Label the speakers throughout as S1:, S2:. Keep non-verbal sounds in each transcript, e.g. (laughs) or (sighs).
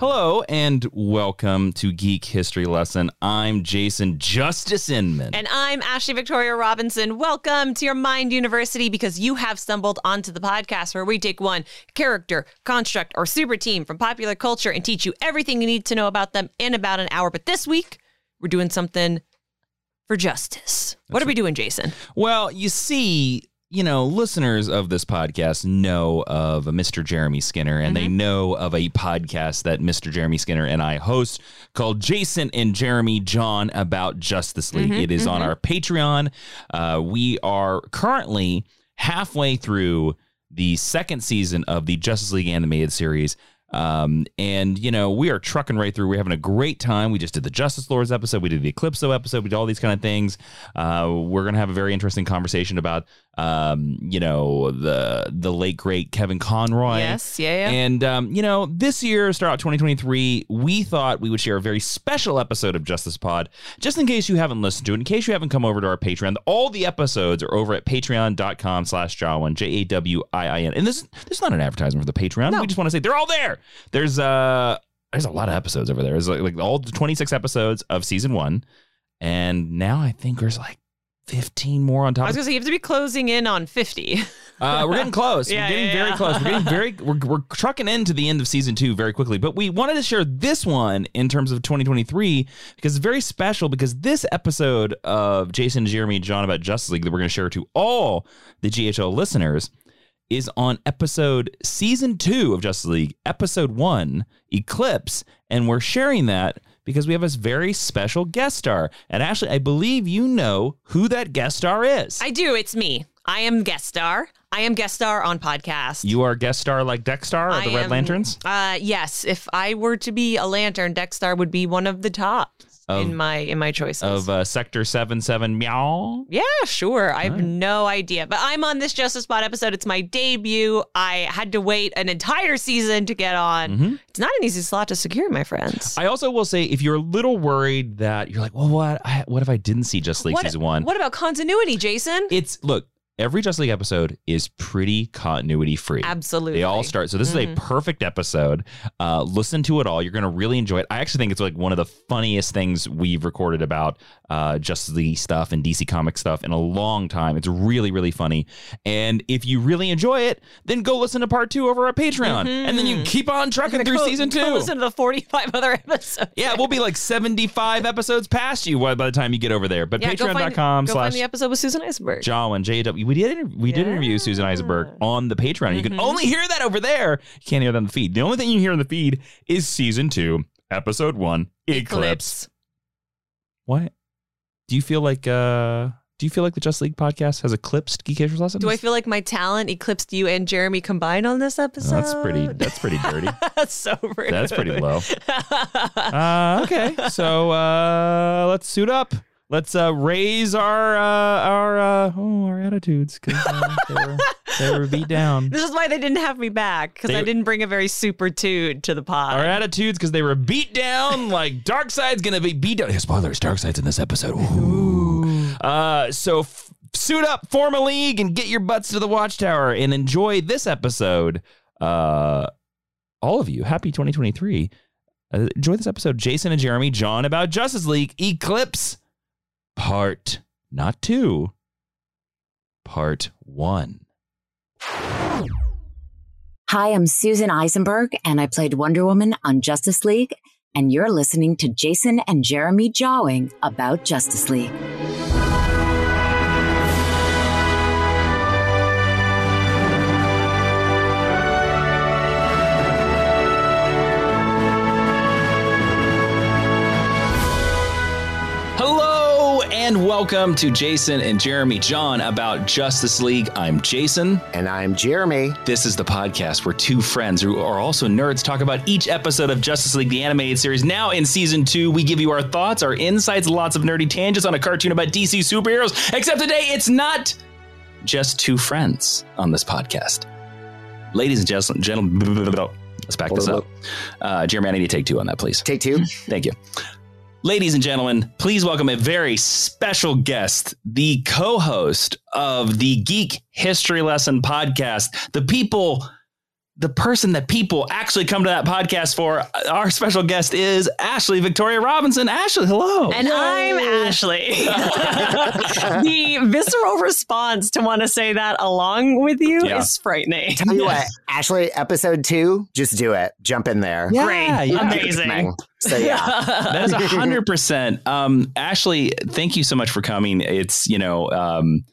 S1: Hello and welcome to Geek History Lesson. I'm Jason Justice Inman.
S2: And I'm Ashley Victoria Robinson. Welcome to your Mind University because you have stumbled onto the podcast where we take one character, construct, or super team from popular culture and teach you everything you need to know about them in about an hour. But this week, we're doing something for justice. what are we doing, Jason?
S1: well, you see, you know, listeners of this podcast know of a Mr. Jeremy Skinner, and they know of a podcast that Mr. Jeremy Skinner and I host called Jason and Jeremy John About Justice League. It is on our Patreon. Uh, we are currently halfway through the second season of the Justice League animated series. Um, and you know, we are trucking right through. We're having a great time. We just did the Justice Lords episode, we did the Eclipso episode, we did all these kind of things. Uh, we're gonna have a very interesting conversation about um, you know, the the late great Kevin Conroy.
S2: Yes, yeah, yeah.
S1: And um, you know, this year, start out 2023, we thought we would share a very special episode of Justice Pod, just in case you haven't listened to it, in case you haven't come over to our Patreon. All the episodes are over at patreon.com slash Jawin, J-A-W-I-I-N. And this this is not an advertisement for the Patreon.
S2: No.
S1: We just want to say they're all there. There's uh there's a lot of episodes over there. There's like, like all 26 episodes of season one. And now I think there's like 15 more on top
S2: I
S1: of
S2: was going to say, you have to be closing in on (laughs) 50.
S1: uh, we're getting close.
S2: Yeah,
S1: we're getting
S2: yeah,
S1: very
S2: yeah.
S1: close. We're getting very we're, we're trucking into the end of season two very quickly. But we wanted to share this one in terms of 2023 because it's very special because this episode of Jason, Jeremy, and John about Justice League that we're going to share to all the GHL listeners is on episode season two of Justice League, episode one, Eclipse, and we're sharing that because we have a very special guest star. And Ashley, I believe you know who that guest star is.
S2: I do. It's me. I am guest star. I am guest star on podcast.
S1: You are guest star like Dexstar or
S2: I
S1: the Red
S2: am-
S1: Lanterns?
S2: Uh, yes. If I were to be a lantern, Dexstar would be one of the top
S1: Of-
S2: in my in my choices.
S1: Of uh, Sector 77 Meow.
S2: yeah, sure. I have
S1: Alright.
S2: no idea, but I'm on this Justice Spot episode. It's my debut. I had to wait an entire season to get on.
S1: Mhm.
S2: It's not an easy slot to secure, my friends.
S1: I also will say if you're a little worried that you're like, well, what I, what if I didn't see Just League
S2: what,
S1: season one?
S2: What about continuity, Jason?
S1: It's look, every Just League episode is pretty continuity free.
S2: Absolutely.
S1: They all start. So this
S2: Mhm.
S1: is a perfect episode. Uh, listen to it all. You're going to really enjoy it. I actually think it's like one of the funniest things we've recorded about uh, Justice League stuff and DC comic stuff in a long time. It's really, really funny. And if you really enjoy it, then go listen to part two over our Patreon. And then
S2: Mm-hmm.
S1: you keep on trucking through
S2: Go-
S1: season
S2: go
S1: two.
S2: Listen to the 45 other episodes.
S1: yeah, we'll be like 75 episodes past you by by the time you get over there. But
S2: Yeah, go find-
S1: patreon.com
S2: go
S1: slash
S2: find the episode with Susan Iceberg.
S1: Jawan, JW. We did inter- we did interview Susan Eisenberg on the Patreon. You
S2: Mm-hmm.
S1: can only hear that over there. You can't hear that on the feed. The only thing you hear on the feed is season two, episode one, Eclipse. What? Do you feel like uh do you feel like the Just League podcast has eclipsed Geek Casuals lessons?
S2: Do I feel like my talent eclipsed you and Jeremy combined on this episode?
S1: Oh,
S2: (laughs)
S1: that's pretty that's pretty dirty.
S2: that's so rude.
S1: That's pretty
S2: (laughs)
S1: low. Uh, okay. So uh let's suit up. Let's uh raise our uh our uh oh our attitudes because uh, they, were, they were beat down.
S2: (laughs) this is why they didn't have me back because
S1: They-
S2: I didn't bring a very super dude to the pod.
S1: our attitudes because they were beat down like Darkseid's gonna be beat down. Spoilers, Darkseid's in this episode. Ooh. Uh, so f- suit up, form a league, and get your butts to the watchtower and enjoy this episode. Uh, all of you, happy 2023. Uh, enjoy this episode, Jason and Jeremy, John about Justice League Eclipse, part not two, part one.
S3: Hi, I'm Susan Eisenberg, and I played Wonder Woman on Justice League, and you're listening to Jason and Jeremy jawing about Justice League.
S1: and welcome to Jason and Jeremy John about Justice League. I'm Jason.
S4: And I'm Jeremy.
S1: This is the podcast where two friends who are also nerds talk about each episode of Justice League, the animated series. Now in season two, we give you our thoughts, our insights, lots of nerdy tangents on a cartoon about DC superheroes. Except today, it's not just two friends on this podcast. Ladies and gentlemen, gentlemen (laughs) let's back this up. Uh, Jeremy, I need to take two on that, please.
S4: Take two.
S1: Thank you. Ladies and gentlemen, please welcome a very special guest, the co host of the Geek History Lesson podcast, the people, the person that people actually come to that podcast for. Our special guest is Ashley Victoria Robinson. Ashley, hello.
S2: And I'm Ashley.
S1: (laughs)
S2: the visceral response to want to say that along with you
S1: Yeah.
S2: is frightening.
S4: Tell you what, Ashley, episode two, just do it. Jump in there.
S1: Yeah,
S2: Great.
S1: yeah.
S2: Amazing.
S4: So yeah.
S2: (laughs)
S1: that is a hundred percent. Um, Ashley, thank you so much for coming. It's you know, um,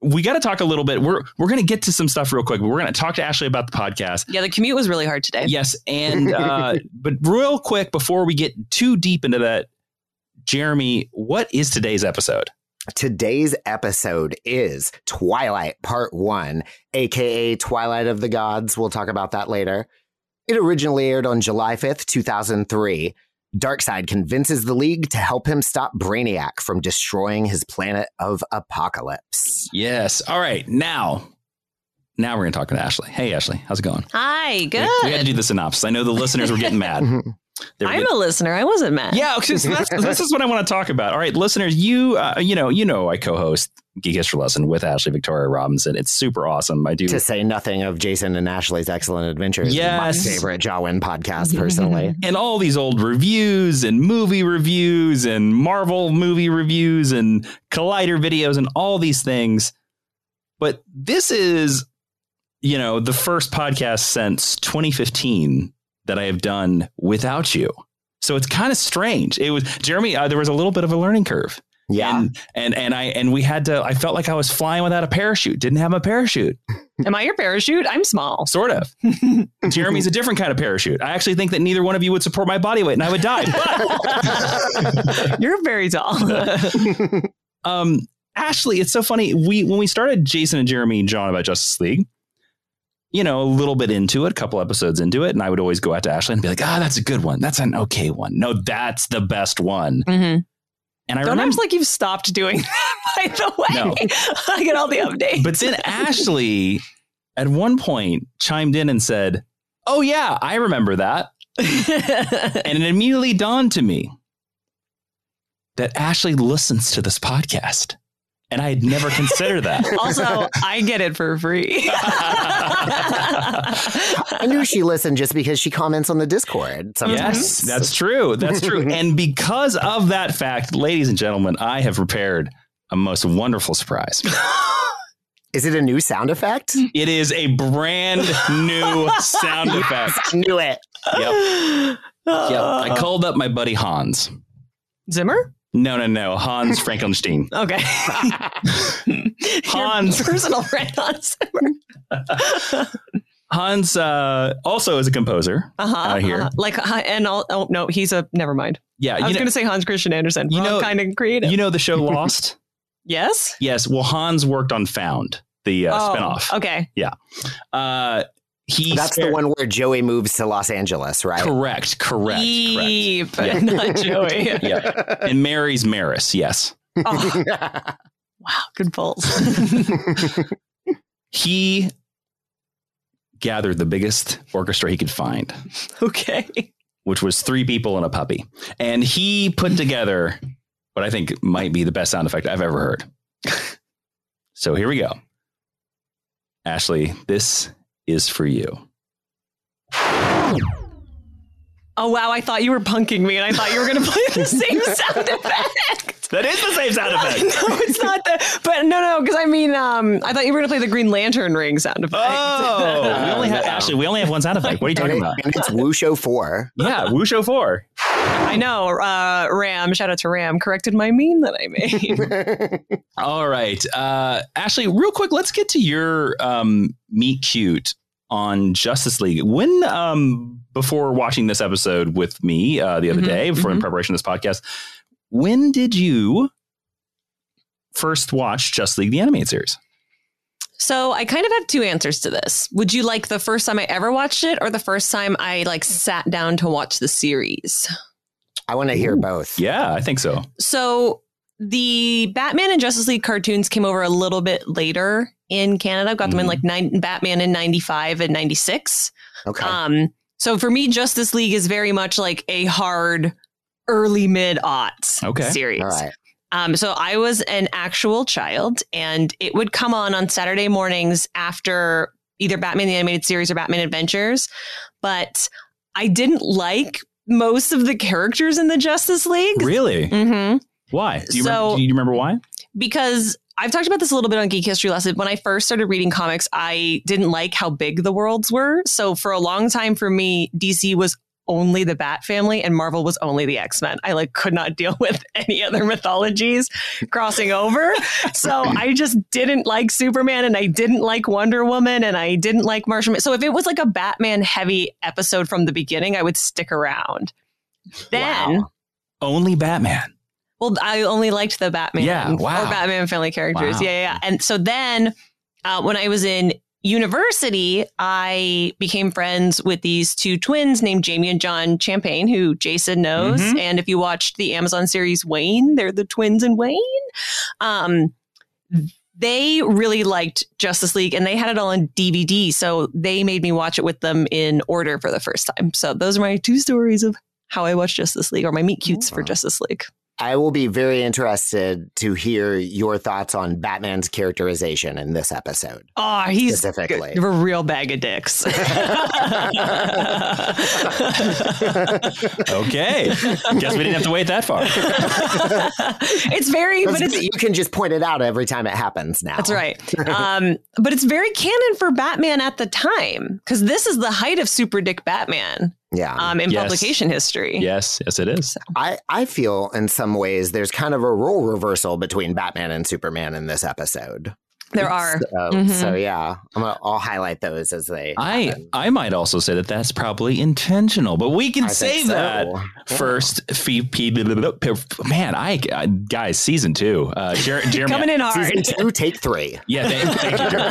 S1: we got to talk a little bit. We're we're gonna get to some stuff real quick, but we're gonna talk to Ashley about the podcast.
S2: Yeah, the commute was really hard today.
S1: Yes,
S2: (laughs)
S1: and uh, but real quick before we get too deep into that, Jeremy, what is today's episode?
S4: Today's episode is Twilight Part 1, aka Twilight of the Gods. We'll talk about that later. It originally aired on July 5th, 2003. Darkseid convinces the League to help him stop Brainiac from destroying his planet of apocalypse.
S1: Yes. All right. Now, now we're gonna talk to Ashley. Hey, Ashley, how's it going?
S2: Hi, good.
S1: We, we got to do the synopsis. I know the listeners were getting
S2: (laughs)
S1: mad. They were
S2: I'm a listener. I wasn't mad.
S1: Yeah, okay, so that's, this is what I want to talk about. All right, listeners, you uh, you know you know I co-host Geek History Lesson with Ashley Victoria Robinson. It's super awesome. I do.
S4: To say nothing of Jason and Ashley's excellent adventures,
S1: Yes.
S4: my favorite Jawin podcast, personally.
S1: and all these old reviews and movie reviews and Marvel movie reviews and Collider videos and all these things. But this is, you know, the first podcast since 2015 that I have done without you. So it's kind of strange. It was Jeremy. Uh, there was a little bit of a learning curve.
S4: Yeah.
S1: And, and and I and we had to. I felt like I was flying without a parachute. Didn't have a parachute.
S2: Am I your parachute?
S1: (laughs)
S2: I'm small.
S1: Sort of. Jeremy's a different kind of parachute. I actually think that neither one of you would support my body weight, and I would die.
S2: You're
S1: (laughs)
S2: very tall.
S1: But, um, Ashley, it's so funny. We when we started Jason and Jeremy and John about Justice League. You know, a little bit into it, a couple episodes into it, and I would always go out to Ashley and be like, "Ah, that's a good one. That's an okay one. No, that's the best one."
S2: Mhm.
S1: And I
S2: Don't
S1: remember
S2: act like you've stopped doing that, (laughs) by the way. (laughs)
S1: No.
S2: I get all the updates.
S1: But then Ashley, at one point, chimed in and said, Oh, yeah, I remember that.
S2: (laughs)
S1: And it immediately dawned to me that Ashley listens to this podcast. And I had never considered that. (laughs)
S2: also, I get it for free.
S4: I knew she listened just because she comments on the Discord sometimes.
S1: Yes, that's true. That's true. And because of that fact, ladies and gentlemen, I have prepared a most wonderful surprise.
S4: Is it a new sound effect?
S1: It is a brand new sound effect.
S4: I knew it.
S1: (laughs) Yep. Yep. I called up my buddy Hans.
S2: Zimmer?
S1: No, no, no. Hans Frankenstein. (laughs)
S2: Okay.
S1: Hans.
S2: Your personal friend Hans Zimmer.
S1: (laughs) Hans uh, also is a composer.
S2: Uh-huh,
S1: Out here.
S2: uh-huh. Like, uh, and all, oh, no, he's a, never mind.
S1: Yeah,
S2: I was
S1: you know,
S2: going to say Hans Christian Andersen.
S1: You
S2: You
S1: know-
S2: know, kind of creative.
S1: you know the show Lost.
S2: yes?
S1: yes. Well, Hans worked on Found, the uh,
S2: Oh,
S1: spinoff.
S2: Okay.
S1: Uh, he
S4: That's the
S1: spared-
S4: one where Joey moves to Los Angeles, right?
S1: Correct. Correct. Correct.
S2: Eep, (laughs)
S1: Yeah.
S2: Not Joey.
S1: (laughs) Yeah.
S4: (laughs)
S1: And Mary's Maris. Yes.
S2: Oh, wow. Good pulls.
S1: He gathered the biggest orchestra he could find.
S2: (laughs) okay.
S1: which was three people and a puppy. And he put together what I think might be the best sound effect I've ever heard. (laughs) so here we go. Ashley, this is for you.
S2: Oh, wow. I thought you were punking me and I thought you were going to play the (laughs) same sound effect.
S1: That is the same sound
S2: no, it's not the, but no, no, because I mean, um, I thought you were going to play the Green Lantern ring sound effect.
S1: Oh, (laughs) we only have
S4: No.
S1: Ashley. We only have one sound effect. What are you
S4: and,
S1: talking
S4: it-
S1: about?
S4: and it's Wusho 4.
S1: (laughs) Yeah, Wusho Four.
S2: I know. Uh, Ram, shout out to Ram, corrected my meme that I made.
S1: All right, uh, Ashley. Real quick, let's get to your um, meet cute on Justice League. When um, before watching this episode with me uh, the other
S2: Mhm,
S1: day, before in preparation of this podcast, when did you first watched Just League the animated series?
S2: (laughs) So I kind of have two answers to this. Would you like the first time I ever watched it or the first time I like sat down to watch the series?
S4: I want to hear both.
S1: Yeah, I think so.
S2: So the Batman and Justice League cartoons came over a little bit later in Canada. Got them in
S1: Mhm.
S2: like nine, Batman in 95 and 96.
S4: Okay.
S2: Um, so for me, Justice League is very much like a hard early mid aughts
S1: Okay.
S2: series.
S4: All right.
S2: Um, so I was an actual child, and it would come on on Saturday mornings after either Batman the Animated Series or Batman Adventures. But I didn't like most of the characters in the Justice League.
S1: Really?
S2: Mm-hmm
S1: Why? Do you,
S2: So-
S1: remember, do you remember (laughs) why?
S2: because I've talked about this a little bit on Geek History Lesson. When I first started reading comics, I didn't like how big the worlds were. So for a long time, for me, DC was only the Bat family and Marvel was only the X Men. I like could not (laughs) deal with any other mythologies crossing over. So I just didn't like Superman and I didn't like Wonder Woman and I didn't like Martian. Man. So if it was like a Batman heavy episode from the beginning, I would stick around. Then.
S4: Wow.
S1: Only Batman.
S2: Well, I only liked the Batman.
S1: Yeah, wow.
S2: Or Batman family characters.
S1: Wow.
S2: Yeah, yeah, yeah. And so then uh, when I was in university, I became friends with these two twins named Jamie and John Champagne, who Jason knows.
S1: Mhm.
S2: And if you watched the Amazon series Wayne, they're the twins in Wayne. Um, they really liked Justice League and they had it all on DVD. So they made me watch it with them in order for the first time. So those are my two stories of how I watched Justice League or my meet cutes for
S4: Wow.
S2: Justice League.
S4: I will be very interested to hear your thoughts on Batman's characterization in this episode.
S2: Oh, he's
S4: Specifically.
S2: good. a real bag of
S4: (laughs)
S2: dicks.
S1: (laughs) Okay. Guess we didn't have to wait that (laughs) far.
S2: it's very, but
S4: That's-
S2: it's
S4: you can just point it out every time it happens now.
S2: that's right. Um, but it's very canon for Batman at the time because this is the height of Super Dick Batman
S4: Yeah.
S2: um, in
S1: Yes.
S2: publication history.
S1: Yes, yes, it is.
S4: I, I feel in some ways there's kind of a role reversal between Batman and Superman in this episode.
S2: There are.
S4: So, so yeah, I'm gonna, I'll highlight those as they.
S1: I
S4: happen.
S1: I might also say that that's probably intentional, but we can
S4: I think
S1: save
S4: so.
S1: that
S4: Yeah.
S1: first. Fee, pee, blah, blah, blah, blah. man, I, I guys, season two. Uh,
S4: (laughs)
S1: Jer- Jeremy,
S2: Coming in
S4: Season
S2: hard.
S4: two, take three.
S1: Yeah, thank, thank you. Jeremy.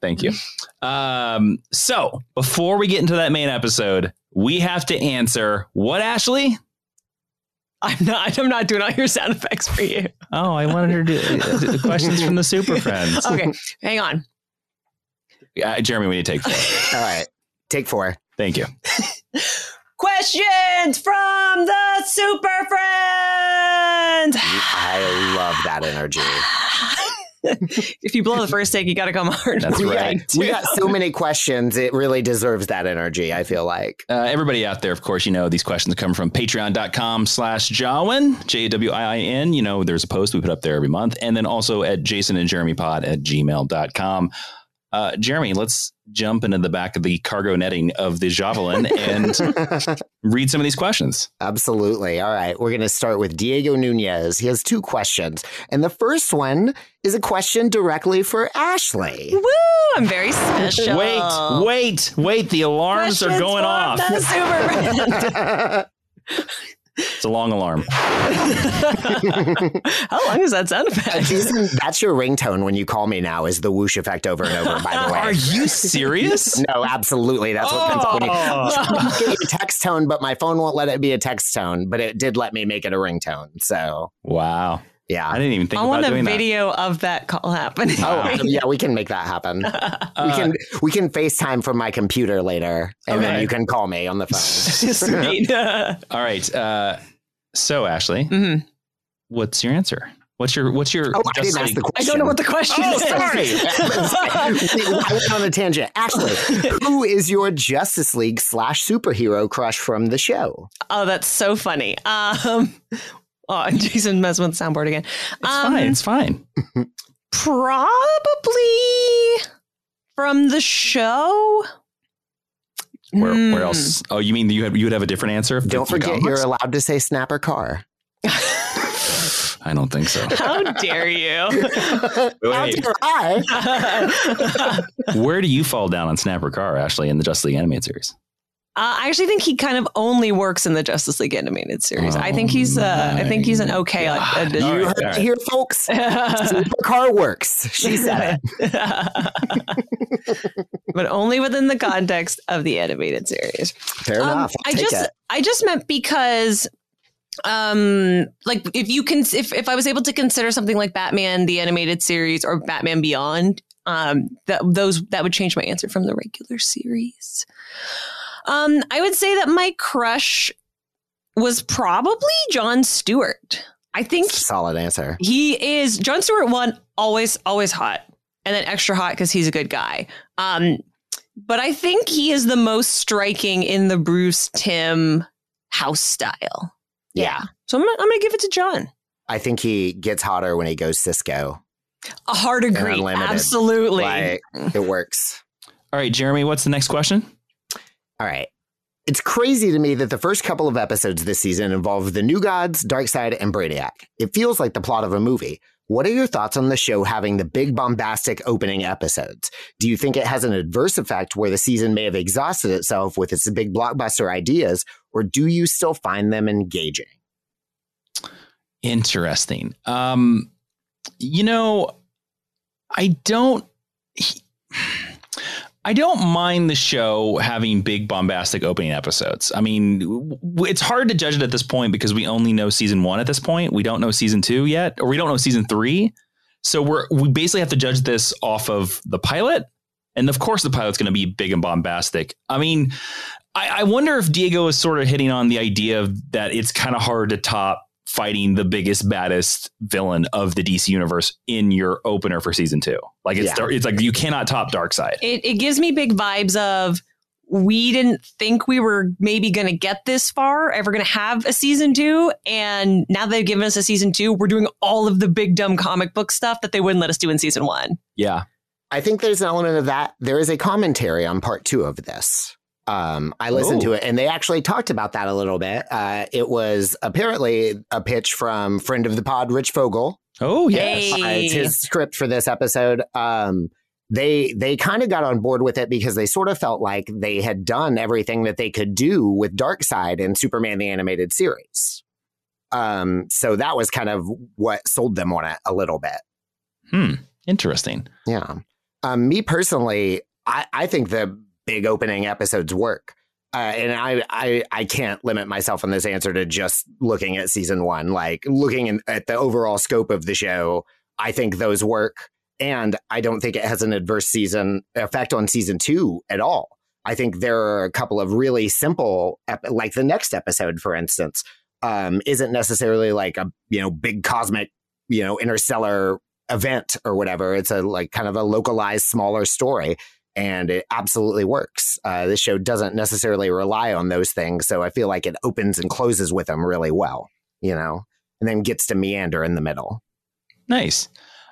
S1: Thank you.
S4: (laughs)
S1: Thank you. Um, so before we get into that main episode, we have to answer what Ashley.
S2: I'm not. I'm not doing all your sound effects for you.
S1: Oh, I wanted her to do questions from the Super Friends.
S2: Okay, hang on.
S1: (laughs) Uh, Jeremy, we need to take four.
S4: All right, take four.
S1: Thank you.
S2: Questions from the Super Friends.
S4: I love that energy.
S2: (laughs) if you blow the first take, you got to come hard.
S1: That's
S4: we
S1: right.
S4: Got, we got so many questions. It really deserves that energy. I feel like.
S1: Uh, everybody out there, of course, you know these questions come from patreon.com slash Jawin, J W I I N. You know, there's a post we put up there every month. And then also at Jason and Jeremy Pod at gmail.com. Uh, Jeremy, let's jump into the back of the cargo netting of the Javelin and read some of these questions.
S4: Absolutely. All right. We're going to start with Diego Nunez. He has two questions. And the first one is a question directly for Ashley.
S2: Woo! I'm very special.
S1: Wait, wait, wait. The alarms are
S2: Questions
S1: going
S2: from
S1: off.
S2: the
S1: (laughs)
S2: Super Friends.
S1: It's a long
S2: (laughs)
S1: alarm.
S2: How long is that sound effect?
S4: Jason, that's your ringtone when you call me now is the whoosh effect over and over, by the way.
S1: Are you serious?
S4: (laughs) No, absolutely. That's what comes up when you (laughs) you get a text tone, but my phone won't let it be a text tone, but it did let me make it a ringtone. So,
S1: Wow. I
S4: yeah.
S1: didn't even think
S2: I
S1: about
S2: want a
S1: doing
S2: video of that call happening. (laughs)
S4: Oh, yeah, we can make that happen.
S1: that.
S4: we
S1: Uh,
S4: can we can FaceTime from my computer later, and
S1: Okay.
S4: then you can call me on
S1: (laughs)
S4: the phone.
S2: Sweet.
S1: All right. Uh, so, Ashley,
S2: Mhm.
S1: what's your answer? What's your what's your?
S4: Oh, I
S1: just
S4: didn't ask
S1: like-
S4: the
S2: I
S4: question.
S2: don't know what the question
S1: Oh,
S2: is.
S1: sorry.
S4: (laughs) I went on a tangent. Ashley, who is your Justice League slash superhero crush from the show?
S2: oh, that's so funny. Um, oh, Jason messed with the soundboard again. Um,
S1: it's fine. It's fine.
S2: Probably from the show.
S1: Where,
S2: Hmm.
S1: where else? Oh, you mean you have, you would have a different answer? If
S4: Don't
S1: the- the
S4: forget,
S1: comics?
S4: you're allowed to say
S2: (laughs)
S4: Snapper Car.
S1: I don't think
S4: (laughs)
S1: so.
S2: How dare you? Uh,
S4: That's your eye.
S1: Where do you fall down on Snapper Car, Ashley, in the Just League animated series?
S2: Uh, I actually think he kind of only works in the Justice League animated series. I think he's uh, I think he's
S4: Oh
S2: an okay ad-
S4: You
S2: addition.
S4: heard it here,
S2: (laughs)
S4: folks. Supercar works. She said it.
S2: but only within the context of the animated series.
S4: (laughs) Fair
S2: Um,
S4: enough. I'll
S2: I
S4: take
S2: just
S4: it.
S2: I just meant because um like if you can if if I was able to consider something like Batman the animated series or Batman Beyond um that those that would change my answer from the regular series. Um I would say that my crush was probably John Stewart. I think
S4: Solid answer.
S2: he is John Stewart one always always hot and then extra hot because he's a good guy. Um, but I think he is the most striking in the Bruce Tim house style.
S4: Yeah.
S2: So I'm gonna, I'm gonna give it to John.
S4: I think he gets hotter when he goes Cisco.
S2: A hard agree,
S4: unlimited.
S2: absolutely.
S4: Like it works.
S1: All right, Jeremy, what's the next question?
S4: All right. It's crazy to me that the first couple of episodes this season involve the New Gods, Darkseid, and Brainiac. It feels like the plot of a movie. What are your thoughts on the show having the big bombastic opening episodes? Do you think it has an adverse effect where the season may have exhausted itself with its big blockbuster ideas, or do you still find them engaging?
S1: Interesting. Um, you know, I don't. I don't mind the show having big bombastic opening episodes. I mean, w- w- it's hard to judge it at this point because we only know season one at this point. We don't know season two yet, or we don't know season three. So we're we basically have to judge this off of the pilot, and of course the pilot's going to be big and bombastic. I mean, I, I wonder if Diego is sort of hitting on the idea of that it's kind of hard to top fighting the biggest baddest villain of the DC universe in your opener for season two. Like it's
S4: Yeah.
S1: it's like you cannot top Dark Side.
S2: It it gives me big vibes of we didn't think we were maybe gonna get this far, ever gonna have a season two, and now they've given us a season two. We're doing all of the big dumb comic book stuff that they wouldn't let us do in season one.
S1: Yeah.
S4: I think there's an element of that. There is a commentary on part two of this. Um, I listened
S1: Oh.
S4: to it, and they actually talked about that a little bit. Uh, it was apparently a pitch from friend of the pod, Rich Fogel.
S1: Oh
S2: yes.
S4: Uh,
S2: Hey.
S4: it's his script for this episode. Um, they they kind of got on board with it because they sort of felt like they had done everything that they could do with Darkseid and Superman the animated series. Um, so that was kind of what sold them on it a little bit.
S1: Interesting.
S4: Yeah. Um, me personally, I, I think the big opening episodes work. Uh, and I, I I can't limit myself on this answer to just looking at season one. Like looking in, at the overall scope of the show, I think those work, and I don't think it has an adverse season effect on season two at all. I think there are a couple of really simple, ep- like the next episode, for instance, um, isn't necessarily like a you know big cosmic you know interstellar event or whatever. It's a like kind of a localized, smaller story, and it absolutely works. Uh, this show doesn't necessarily rely on those things, so I feel like it opens and closes with them really well, you know, and then gets to meander in the middle.
S1: Nice.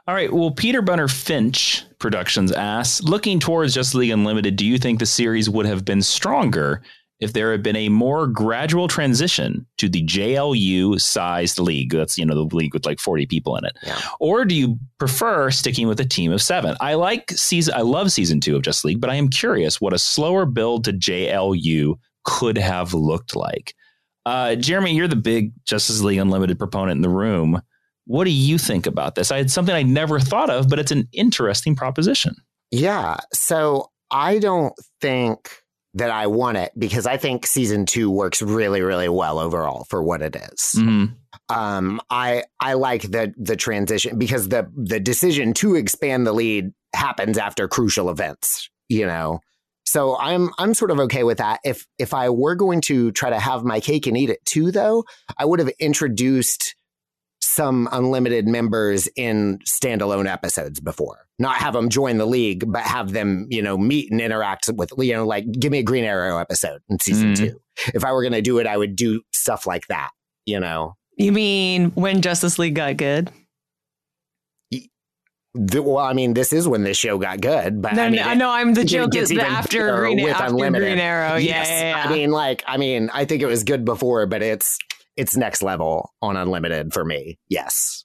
S1: All right. Well, Peter Bunner Finch Productions asks, looking towards Justice League Unlimited, do you think the series would have been stronger if there had been a more gradual transition to the JLU sized league? That's you know the league with like forty people in it.
S4: Yeah.
S1: Or do you prefer sticking with a team of seven? I like season. I love season two of Justice League, but I am curious what a slower build to JLU could have looked like. Uh, Jeremy, you're the big Justice League Unlimited proponent in the room. What do you think about this? I had something I never thought of, but it's an interesting proposition.
S4: Yeah. So I don't think that I want it because I think season two works really, really well overall for what it is. um i i like the the transition because the the decision to expand the lead happens after crucial events you know so i'm i'm sort of okay with that if if i were going to try to have my cake and eat it too though i would have introduced some unlimited members in standalone episodes before not have them join the league but have them you know meet and interact with you know like give me a green arrow episode in season
S1: Mhm.
S4: two if i were going to do it i would do stuff like that you know
S2: You mean when Justice League got good?
S4: The, well, I mean, this is when this show got good, but
S2: no,
S4: I mean,
S2: no, no, I'm the
S4: it
S2: joke
S4: gets
S2: is the
S4: even
S2: after
S4: better
S2: Green,
S4: with
S2: after
S4: Unlimited.
S2: Green Arrow.
S4: yes,
S2: Oh, yeah, yeah,
S4: I
S2: yeah.
S4: mean, like, I mean, I think it was good before, but it's it's next level on Unlimited for me. Yes,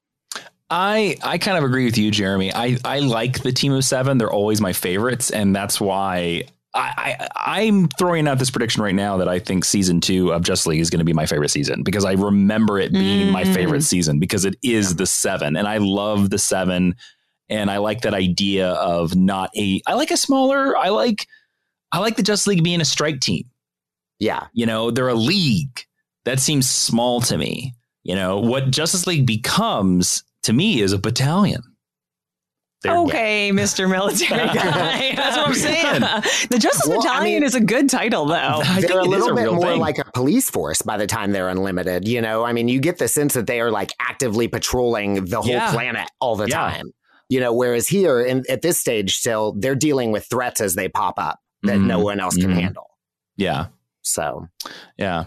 S1: I I kind of agree with you, Jeremy. I I like the team of seven. They're always my favorites, and that's why I, I I'm throwing out this prediction right now that I think season two of Just League is going to be my favorite season because I remember it being my
S2: Mm.
S1: favorite season because it is the seven and I love the seven and I like that idea of not a I like a smaller I like I like the Just League being a strike team
S4: Yeah.
S1: you know they're a league that seems small to me you know what Justice League becomes to me is a battalion They're-
S2: Okay, Mr.
S4: (laughs)
S2: Military Guy. (laughs)
S1: That's what I'm saying.
S2: the Justice
S4: Well, I
S2: Battalion
S4: mean-
S2: is a good title, though.
S1: I think
S4: they're a
S1: it is
S4: little
S1: a
S4: bit
S1: real
S4: more
S1: thing.
S4: like a police force by the time they're unlimited. You know, I mean, you get the sense that they are like actively patrolling the whole
S1: Yeah.
S4: planet all the
S1: Yeah.
S4: time. You know, whereas here in, at this stage, still they're dealing with threats as they pop up that no
S1: Mhm.
S4: one else can
S1: Mhm.
S4: handle.
S1: yeah
S4: So,
S1: Yeah.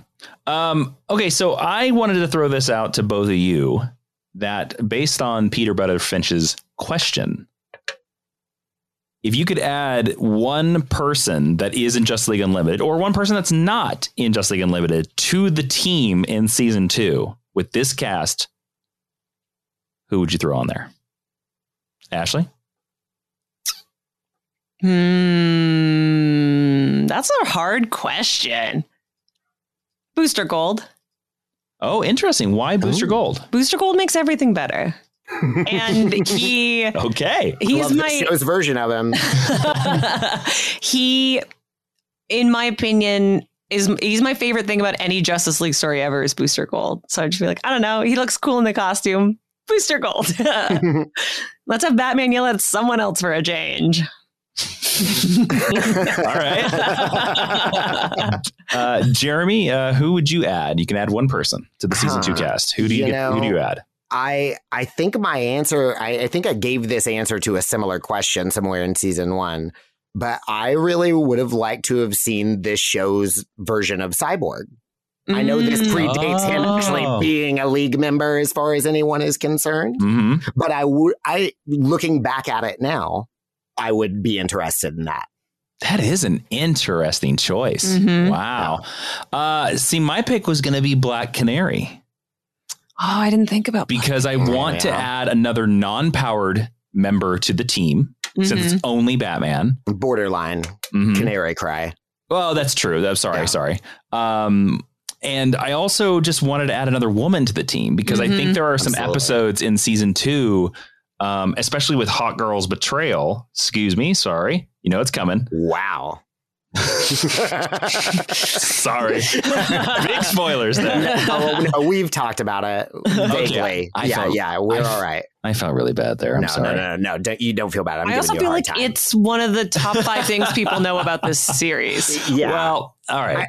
S1: Um, okay, so I wanted to throw this out to both of you that based on Peter Butter Finch's question, if you could add one person that is in Just League Unlimited or one person that's not in Just League Unlimited to the team in season two with this cast, who would you throw on there? Ashley?
S2: Hmm, that's a hard question. Booster Gold.
S1: Oh, interesting. Why Booster
S4: Ooh.
S1: Gold?
S2: Booster Gold makes everything
S4: (laughs)
S2: better. And he
S1: Okay.
S2: he's
S4: love the
S2: my
S4: show's version of him.
S2: (laughs) he in my opinion is he's my favorite thing about any Justice League story ever is Booster Gold. So I'd just be like, I don't know, he looks cool in the costume. Booster
S4: (laughs)
S2: Gold. (laughs) Let's have Batman yell at someone else for a
S4: (laughs)
S2: change.
S1: All
S2: (laughs)
S1: right. Uh, Jeremy, uh, who would you add? You can add one person to the season two
S4: Huh.
S1: cast. Who do you,
S4: You
S1: get, who do
S4: know-
S1: you add?
S4: I I think my answer I, I think I gave this answer to a similar question somewhere in season one, but I really would have liked to have seen this show's version of Cyborg. I know this
S2: Mm.
S4: predates him actually
S1: Oh.
S4: being a league member as far as anyone is concerned,
S1: hmm
S4: but I would I looking back at it now, I would be interested in that.
S1: That is an interesting choice.
S4: Mm-hmm.
S2: Mhm.
S1: Wow. Uh, see, my pick was going to be Black Canary
S2: Oh, I didn't think about
S1: because I want to
S4: Yeah.
S1: add another non powered member to the team
S2: Mm-hmm.
S1: since
S4: Mm-hmm.
S1: it's only Batman.
S4: Borderline
S1: Mhm.
S4: canary cry.
S1: Well, that's true. I'm sorry,
S4: Yeah.
S1: sorry. Um, and I also just wanted to add another woman to the team because I
S4: Mm-hmm.
S1: think
S2: Mhm.
S1: there are some
S4: Absolutely.
S1: episodes in season two, um, especially with Hot Girl's betrayal. Excuse me, sorry. You know it's coming. (laughs)
S4: Wow. (laughs)
S1: sorry, big spoilers
S4: (laughs)
S1: there.
S4: Oh, no, we've talked
S1: (laughs)
S4: about it vaguely.
S1: I
S4: yeah,
S1: felt-
S4: yeah, we're
S1: I
S4: all right.
S1: I felt really bad there. I'm
S4: no,
S1: sorry.
S4: no, no, no, no. Don't, you don't feel bad. I'm
S2: I
S4: giving
S2: also
S4: you a
S2: feel
S4: hard
S2: like
S4: time.
S2: it's one of the top five things people know about
S4: (laughs)
S2: this series.
S4: yeah.
S1: Well, all right.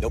S5: No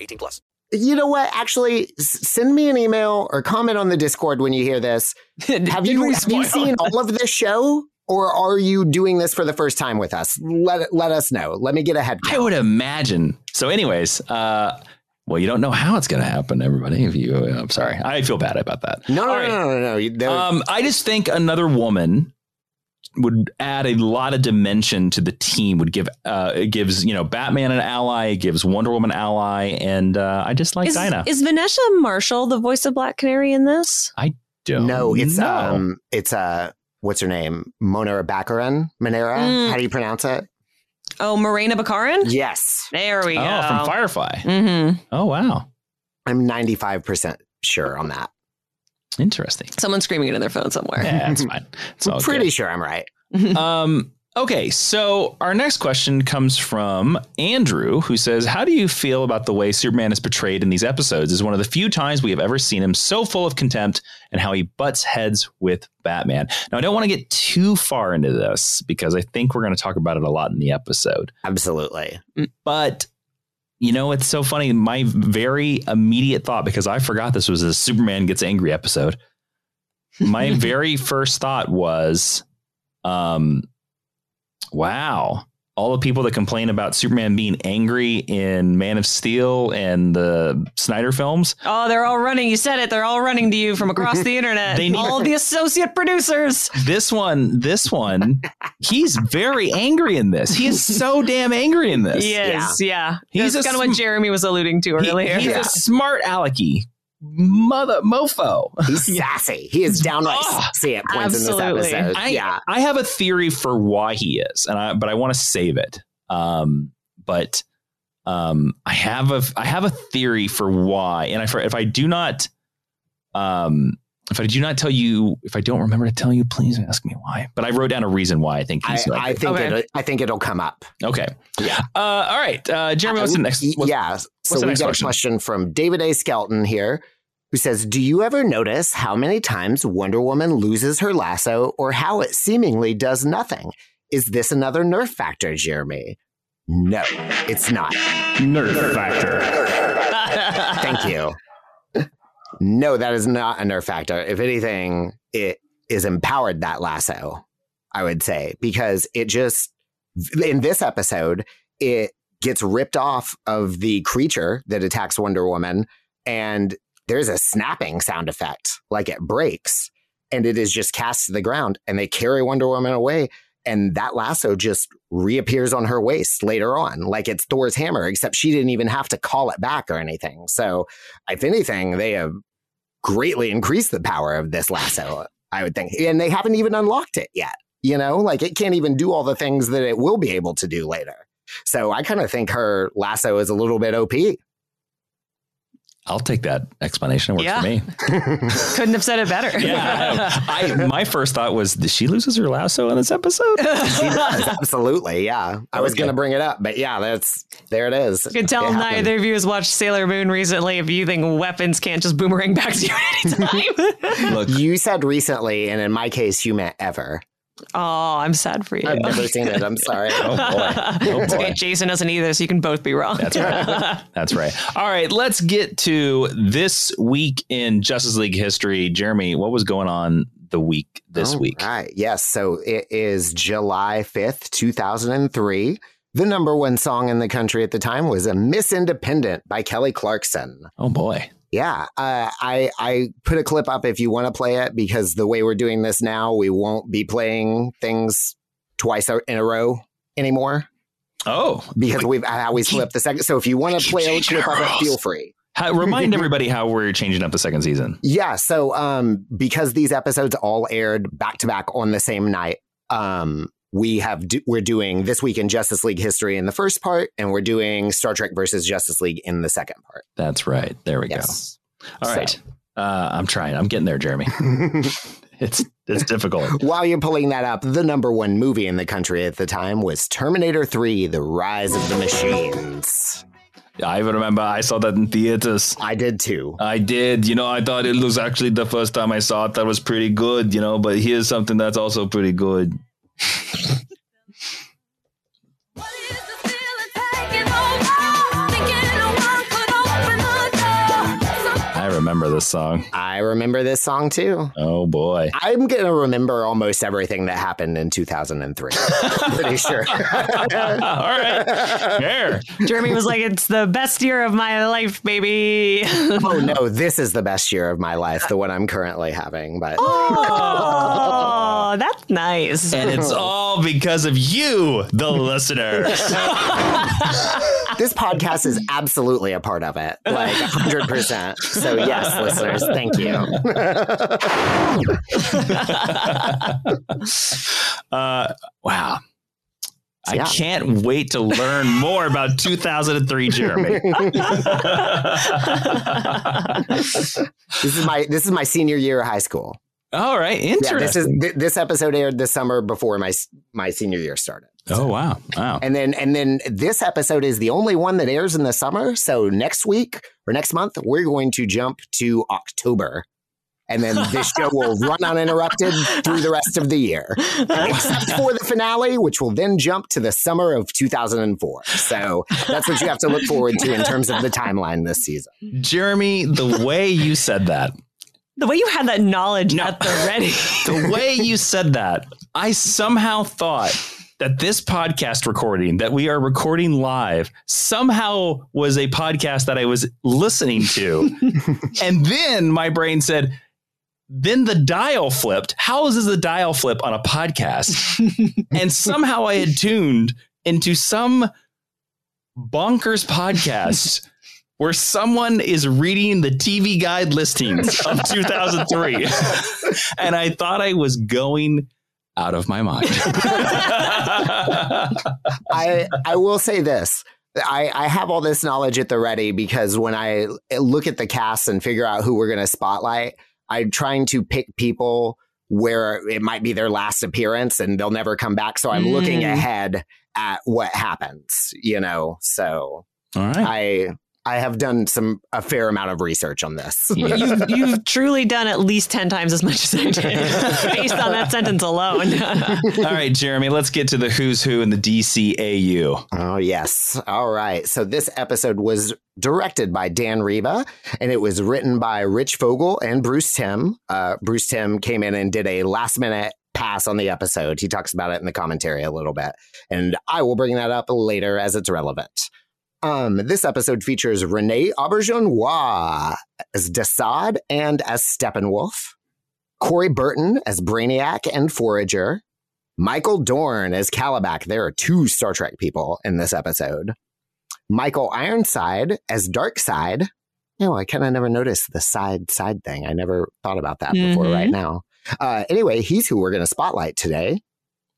S5: 18 plus.
S4: you know what? Actually, s- send me an email or comment on the Discord when you hear
S1: (laughs)
S4: this. Have you, have you seen all of this show, or are you doing this for the first time with us? Let let us know. Let me get a head.
S1: I would imagine. So, anyways, uh, well, you don't know how it's going to happen, everybody. If you, oh, I'm sorry, I feel bad about that.
S4: No, no,
S1: All right.
S4: no, no, no, no. You- there-
S1: Um, I just think another woman would add a lot of dimension to the team. Would give uh, it gives you know Batman an ally, it gives Wonder Woman an ally, and uh, I just like
S2: is,
S1: Dinah.
S2: is Vanessa Marshall the voice of Black Canary in this?
S1: Don't
S4: no, it's
S1: know.
S4: um, it's uh, what's her name? Monera Baccarin? Monera?
S2: Mm.
S4: How do you pronounce it?
S2: Oh, Morena Baccarin?
S4: Yes,
S2: There we
S1: oh
S2: go.
S1: from Firefly.
S2: hmm
S1: Oh wow,
S4: I'm 95 percent sure on that. (laughs)
S1: interesting.
S2: Someone's screaming it in their phone somewhere.
S1: Yeah, it's fine. It's all
S4: I'm pretty
S1: good.
S4: sure I'm right.
S1: um okay so our next question comes from andrew who says how do you feel about the way superman is portrayed in these episodes is one of the few times we have ever seen him so full of contempt and how he butts heads with batman now i don't want to get too far into this because i think we're going to talk about it a lot in the episode (laughs)
S4: Absolutely.
S1: but you know it's so funny my very immediate thought because i forgot this was a superman gets angry episode my very first thought was um wow all the people that complain about superman being angry in man of steel and the snyder films
S2: Oh, they're all running. You said it. They're all running to you from across
S1: (laughs)
S2: the internet.
S1: They need-
S2: all the associate producers.
S1: this one this one he's very angry in this he is so damn angry in this
S2: He is, yeah.
S1: He's
S2: That's
S1: a
S2: kind of what
S1: sm-
S2: Jeremy was alluding to
S1: He-
S2: earlier.
S1: he's a smart alecky mother mofo
S4: He's sassy. He is
S1: (laughs)
S4: downright
S1: Oh,
S4: sassy at points in this
S2: absolutely.
S4: episode.
S1: I,
S4: yeah.
S1: I have a theory for why he is, and I but I want to save it. Um, but um, I have a I have a theory for why, and if I, if I do not, um, if I do not tell you, if I don't remember to tell you, please ask me why. But I wrote down a reason why I think
S4: I,
S1: he's like,
S4: I think
S2: Okay.
S4: it'll, I think it'll come up.
S1: okay.
S4: Yeah.
S1: Uh, all right, uh, Jeremy, what's the next? What's,
S4: yeah.
S1: the
S4: So we
S1: next
S4: got
S1: question?
S4: a question from David A. Skelton here, who says, "Do you ever notice how many times Wonder Woman loses her lasso, or how it seemingly does nothing? Is this another nerf factor, Jeremy?" No, it's not.
S6: Nerf factor.
S4: (laughs) Thank you. no, that is not a nerf factor. If anything, it is empowered that lasso, I would say, because it just, in this episode, it gets ripped off of the creature that attacks Wonder Woman, and there's a snapping sound effect, like it breaks, and it is just cast to the ground, and they carry Wonder Woman away. And that lasso just reappears on her waist later on, like it's Thor's hammer, except she didn't even have to call it back or anything. So, if anything, they have greatly increased the power of this lasso, I would think. And they haven't even unlocked it yet. You know, like it can't even do all the things that it will be able to do later. So I kind of think her lasso is a little bit OP.
S1: I'll take that explanation. It works
S2: Yeah.
S1: for me.
S2: Couldn't have said it better.
S1: Yeah, I, know. I my first thought was, did she loses her lasso in this
S4: (laughs)
S1: episode?
S4: She does, (laughs) absolutely. Yeah. I was
S1: Okay.
S4: going to bring it up, but yeah, that's there it
S2: (laughs)
S4: is.
S2: You can tell
S4: It happened.
S2: neither of you has watched Sailor Moon recently if you think weapons can't just boomerang back to you (laughs) at any (laughs) time.
S1: Look, oh
S4: You said recently, and in my case, you meant ever.
S2: oh, I'm sad for you.
S4: I've never seen it. I'm sorry.
S1: (laughs) oh boy, oh
S2: It's
S1: boy.
S2: okay, Jason doesn't either, so you can both be wrong.
S1: That's right. That's right. All right, let's get to this week in Justice League history. Jeremy, what was going on the week this
S4: All
S1: week?
S4: Right. Yes. So it is July 5th, 2003. The number one song in the country at the time was A Miss Independent by Kelly Clarkson.
S1: Oh boy.
S4: Yeah, uh, I I put a clip up if you want to play it because the way we're doing this now, we won't be playing things twice a- in a row anymore
S1: Oh,
S4: because we've I always flip the second. So if you want to
S1: keep
S4: play a
S1: changing
S4: clip
S1: our
S4: up, it,
S1: rules.
S4: feel free.
S1: how,
S4: (laughs)
S1: remind everybody how we're changing up the second season.
S4: Yeah, so um, because these episodes all aired back to back on the same night, um, we have do- we're doing this week in Justice League history in the first part, and we're doing Star Trek versus Justice League in the second part.
S1: That's right. There we
S4: Yes.
S1: go. All right. Uh, I'm trying. I'm getting there,
S4: (laughs)
S1: Jeremy. (laughs) it's it's difficult.
S4: While you're pulling that up, the number one movie in the country at the time was Terminator 3 The Rise of the Machines.
S1: I even remember I saw that in theaters.
S4: I did too.
S1: I did. You know, I thought it was actually the first time I saw it that was pretty good, you know, but here's something that's also pretty good. I remember this song.
S4: I remember this song too.
S1: Oh boy.
S4: I'm going to remember almost everything that happened in 2003. Pretty sure.
S1: (laughs) All right. Fair.
S2: (laughs) Jeremy was like, "It's the best year of my life, baby." (laughs)
S4: oh no, this is the best year of my life, the one I'm currently having, but
S2: oh, that's nice.
S1: And it's all because of you, the
S4: (laughs)
S1: listeners.
S4: this podcast is absolutely a part of it. Like 100%. So yes, listeners, thank you.
S1: uh, wow.
S4: Yeah.
S1: I can't wait to learn more about 2003
S4: (laughs)
S1: Jeremy.
S4: (laughs) This is my this is my senior year of high school.
S1: All right, interesting.
S4: Yeah, this is th- this episode aired this summer before my s- my senior year started.
S1: oh wow, wow.
S4: And then and then this episode is the only one that airs in the summer. So next week or next month we're going to jump to October. And then this show
S1: (laughs)
S4: will run uninterrupted through the rest of the year, except for the finale, which will then jump to the summer of 2004. So that's what you have to look forward to in terms of the timeline this season.
S1: Jeremy, the way you said that,
S2: The way you had that knowledge (laughs) at the ready.
S1: (laughs) the way you said that, I somehow thought that this podcast recording that we are recording live somehow was a podcast that I was listening
S2: (laughs)
S1: to. and then my brain said, then the dial flipped. How is this the dial flip on a
S2: (laughs)
S1: podcast? and somehow I had tuned into some bonkers podcast where someone is reading the TV guide listings
S4: (laughs)
S1: of 2003. (laughs) and I thought I was going out of my
S4: (laughs)
S1: mind.
S4: I I will say this. I, I have all this knowledge at the ready because when I look at the cast and figure out who we're going to spotlight, I'm trying to pick people where it might be their last appearance and they'll never come back. So I'm looking
S2: Mm.
S4: ahead at what happens, you know. So
S1: All right.
S4: I I have done some a fair amount of research on this.
S2: You've, you've truly done at least 10 times as much as I
S1: (laughs)
S2: did based on that sentence alone. (laughs)
S1: All right, Jeremy, let's get to the who's who in the DCAU.
S4: Oh, yes. All right. So this episode was directed by Dan Reba and it was written by Rich Fogel and Bruce Tim. Uh, Bruce Tim came in and did a last minute pass on the episode. He talks about it in the commentary a little bit. And I will bring that up later as it's relevant. Um, this episode features Renee Auberjonois as Desaad and as Steppenwolf, Corey Burton as Brainiac and Forager, Michael Dorn as Calabac. There are two Star Trek people in this episode. Michael Ironside as Darkseid. No, I kind of never noticed the side side thing. I never thought about that before
S2: Mhm.
S4: right now. Uh, anyway, he's who we're going to spotlight today.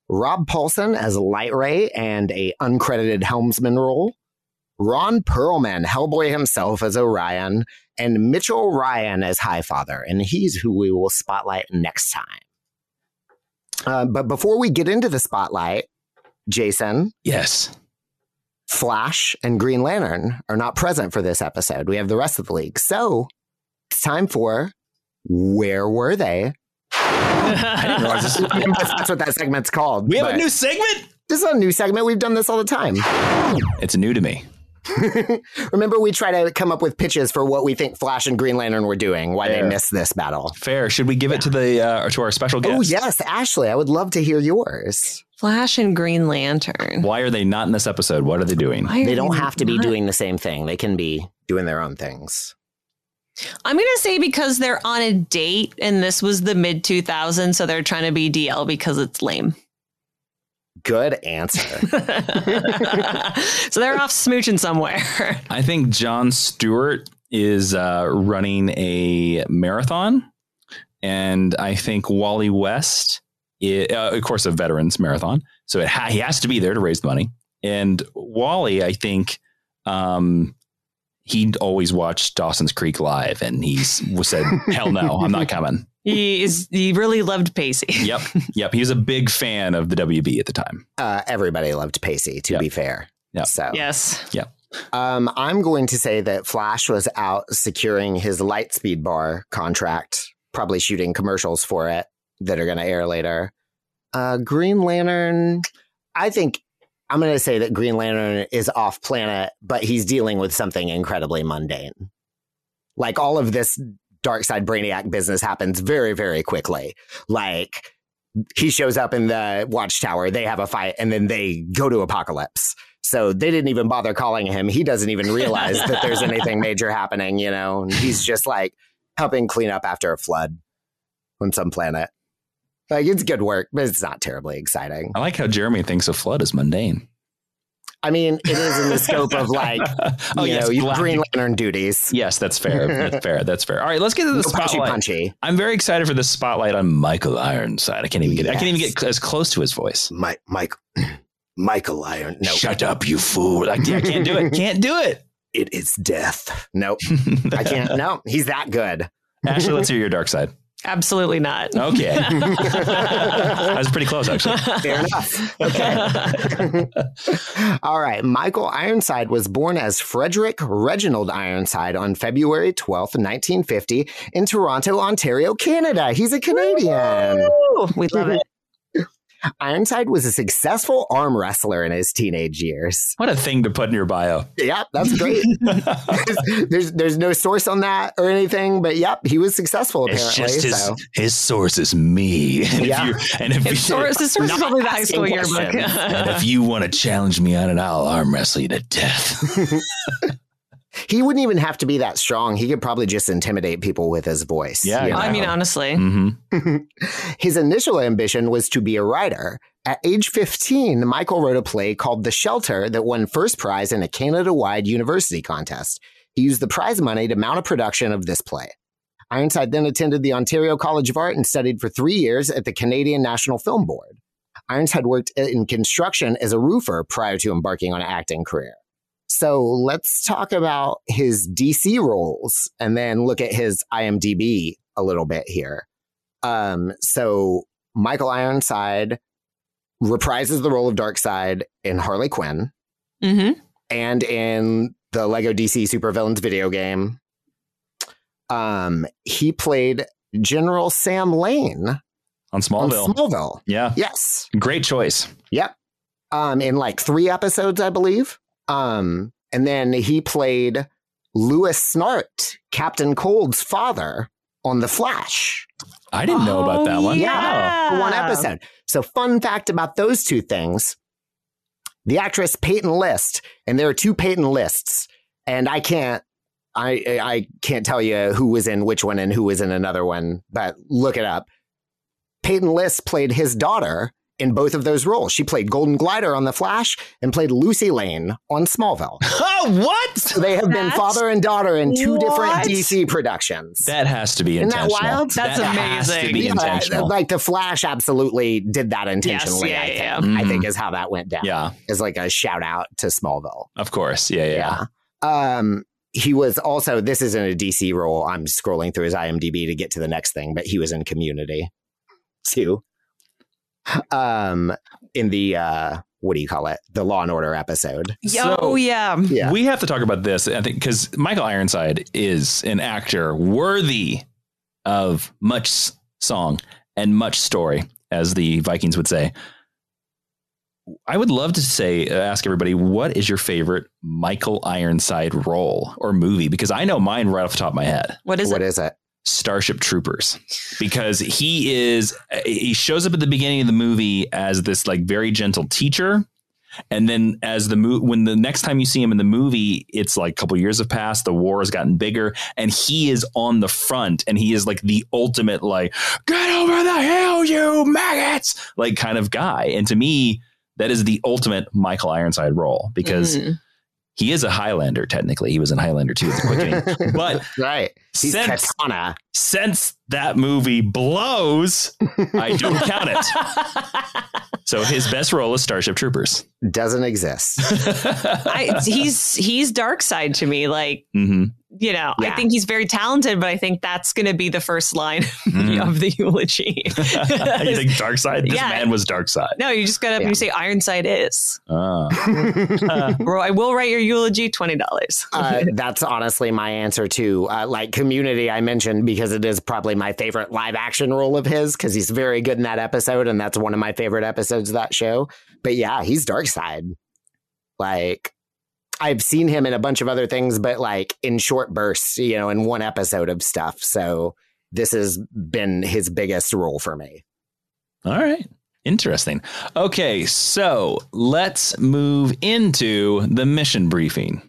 S4: Rob Paulson as Light Ray and a uncredited helmsman role. Ron Perlman, Hellboy himself as Orion, and Mitchell Ryan as Highfather, and he's who we will spotlight next time. Uh, but before we get into the spotlight, Jason,
S1: Yes.
S4: Flash, and Green Lantern are not present for this episode. We have the rest of the league. So it's time for Where
S1: (laughs)
S4: Were They? (laughs) That's what that segment's called.
S1: We have a
S4: but
S1: new segment?
S4: This is a new segment. We've done this all the time. (laughs)
S1: It's new to me.
S4: Remember, we try to come up with pitches for what we think Flash and Green Lantern were doing, why
S1: Yeah.
S4: they missed this battle.
S1: Fair. Should we give it to the uh, or to our special guest?
S4: Oh, yes, Ashley, I would love to hear yours.
S2: Flash and Green Lantern.
S1: Why are they not in this episode? What are they doing?
S2: Why are
S4: They don't have to be
S2: not?
S4: doing the same thing, they can be doing their own things.
S2: I'm going to say because they're on a date and this was the mid 2000s, so they're trying to be DL because it's lame. (laughs)
S4: Good (laughs) answer.
S2: so they're off smooching somewhere. (laughs)
S1: I think John Stewart is uh, running a marathon, and I think Wally West, i uh, of course, a veterans marathon, so it ha- he has to be there to raise the money. And Wally, I think, um, he always watched Dawson's Creek live, and he said, "Hell no, I'm not coming."
S2: He is he really loved Pacey.
S1: Yep, yep. He was a big fan of the WB at the time.
S4: uh, everybody loved Pacey, to
S1: Yep.
S4: be fair.
S1: Yep.
S4: So
S2: Yes.
S4: um, I'm going to say that Flash was out securing his Lightspeed Bar contract, probably shooting commercials for it that are going to air later. Uh, Green Lantern, I think I'm going to say that Green Lantern is off planet, but he's dealing with something incredibly mundane. Like all of this dark side brainiac business happens very, very quickly. Like he shows up in the watchtower, they have a fight, and then they go to apocalypse. So they didn't even bother calling him. He doesn't even realize that there's (laughs) anything major happening, you know. And he's just like helping clean up after a flood on some planet. Like it's good work, but it's not terribly exciting.
S1: I like how Jeremy thinks a flood is mundane.
S4: I mean, it is in the scope of like,
S1: (laughs) Oh,
S4: you
S1: yes,
S4: know,
S1: Black-
S4: Green Lantern duties.
S1: Yes, that's fair. That's fair. That's fair. All right, let's get to the
S4: No punchy
S1: spotlight.
S4: punchy.
S1: I'm very excited for the spotlight on Michael Ironside. I can't even get. I can't even
S4: Yes.
S1: get as close to his voice.
S4: Mike, Mike, (clears throat) Michael Iron. No,
S1: Shut up, you fool! Like, yeah, I can't do it. Can't do it.
S4: (laughs)
S1: (laughs)
S4: it is death. Nope, I (laughs) can't. No, he's that good.
S1: Ashley, let's hear your dark side. (laughs)
S2: Absolutely not. (laughs)
S1: Okay,
S4: (laughs)
S1: I was pretty close actually.
S4: (laughs) Fair enough. Okay. (laughs) All right. Michael Ironside was born as Frederick Reginald Ironside on February 12th, 1950, in Toronto, Ontario, Canada. He's a Canadian.
S2: Woo! we love it.
S4: Ironside was a successful arm wrestler in his teenage years.
S1: What a thing to put in your bio.
S4: Yep, that's
S1: (laughs)
S4: great. (laughs) there's there's no source on that or anything, but yep, he was successful apparently.
S1: It's just his,
S4: so.
S1: his source is me. And if
S4: Yeah.
S1: you and if,
S2: It's
S1: you,
S2: source, it's source is probably the high school
S4: asking
S2: yearbook. (laughs)
S1: and if you want to challenge me on it, I'll arm wrestle you to death.
S4: (laughs) he wouldn't even have to be that strong. He could probably just intimidate people with his voice.
S1: Yeah,
S4: you know?
S2: I mean, honestly,
S1: mm-hmm.
S4: His initial ambition was to be a writer. At age 15, Michael wrote a play called The Shelter that won first prize in a Canada wide university contest. He used the prize money to mount a production of this play. Ironside then attended the Ontario College of Art and studied for three years at the Canadian National Film Board. Ironside worked in construction as a roofer prior to embarking on an acting career. So let's talk about his DC roles and then look at his IMDb a little bit here. Um, so Michael Ironside reprises the role of Darkseid in Harley Quinn
S1: Mm-hmm.
S2: hmm
S4: and in the Lego DC Supervillains video game. Um, he played General Sam Lane
S1: On
S4: on
S1: Smallville.
S4: Smallville.
S1: yeah.
S4: Yes.
S1: Great choice.
S4: um, in like three episodes, I believe. Um, and then he played Lewis Snart, Captain Cold's father, on The Flash.
S1: I didn't know about
S2: Oh,
S1: that one.
S4: Oh,
S1: Oh,
S4: yeah. for
S2: Ah.
S4: one episode. So, fun fact about those two things the actress Peyton List, and there are two Peyton Lists, and I can't. I I can't tell you who was in which one and who was in another one, but look it up. Peyton List played his daughter in both of those roles. She played Golden Glider on The Flash and played Lucy Lane on Smallville.
S1: Oh, (laughs) what?
S4: So they have been
S2: That's-
S4: father and daughter in two
S2: What?
S4: different DC productions.
S1: That has to be
S4: Isn't that
S1: intentional.
S4: wild?
S2: That's
S1: That has to
S2: amazing.
S1: be
S4: Yeah,
S1: intentional.
S4: Like the Flash absolutely did that intentionally.
S2: yeah,
S4: I, think.
S2: yeah.
S1: Mhm.
S4: I think is how that went down.
S1: yeah,
S4: Is like a shout out to Smallville.
S1: of course. Yeah, yeah.
S4: Yeah. Um he was also this isn't a DC role. I'm scrolling through his IMDb to get to the next thing, but he was in community too. Um in the uh what do you call it? The Law and Order episode.
S2: Yo, oh,
S1: So-
S2: yeah.
S4: Yeah.
S1: We have to talk about this, I think, because Michael Ironside is an actor worthy of much s- song and much story, as the Vikings would say. I would love to say, uh, ask everybody, what is your favorite Michael Ironside role or movie? Because I know mine right off the top of my head.
S2: What is
S4: What
S2: it?
S4: is it?
S1: Starship Troopers because he is he shows up at the beginning of the movie as this like very gentle teacher and then as the mo- when the next time you see him in the movie it's like a couple years have passed the war has gotten bigger and he is on the front and he is like the ultimate like get over the hill you maggots like kind of guy and to me that is the ultimate Michael Ironside role because
S2: Mm.
S1: he is a Highlander technically he was in Highlander too at the quickening but
S4: Right. He's
S1: since
S4: Katana.
S1: since that movie blows, I don't
S4: (laughs)
S1: count it. (laughs) So his best role is Starship
S4: (laughs)
S1: Troopers. Mm-hmm.
S4: Doesn't exist.
S2: (laughs)
S1: (laughs)
S4: (laughs)
S2: I, he's he's dark side to me. Like
S1: hmm
S2: you know, I
S4: Yeah.
S2: think he's very talented, but I think that's going to be the first line (laughs)
S1: Mhm.
S2: of the eulogy.
S1: (laughs) you
S2: (laughs)
S1: think Dark Side? This
S2: Yeah.
S1: man was Dark Side. Ah,
S2: no, you just got up and
S4: Yeah.
S2: you say Ironside is.
S1: Uh,
S2: Bro, I will write your eulogy twenty dollars.
S1: (laughs)
S4: uh, that's honestly my answer too. Uh, like Community, I mentioned because it is probably my favorite live action role of his because he's very good in that episode, and that's one of my favorite episodes of that show. But yeah, he's Dark Side. Like, I've seen him in a bunch of other things, but like in short bursts, you know, in one episode of stuff. So this has been his biggest role for me.
S1: All right. Interesting. Okay, so let's move into the mission briefing.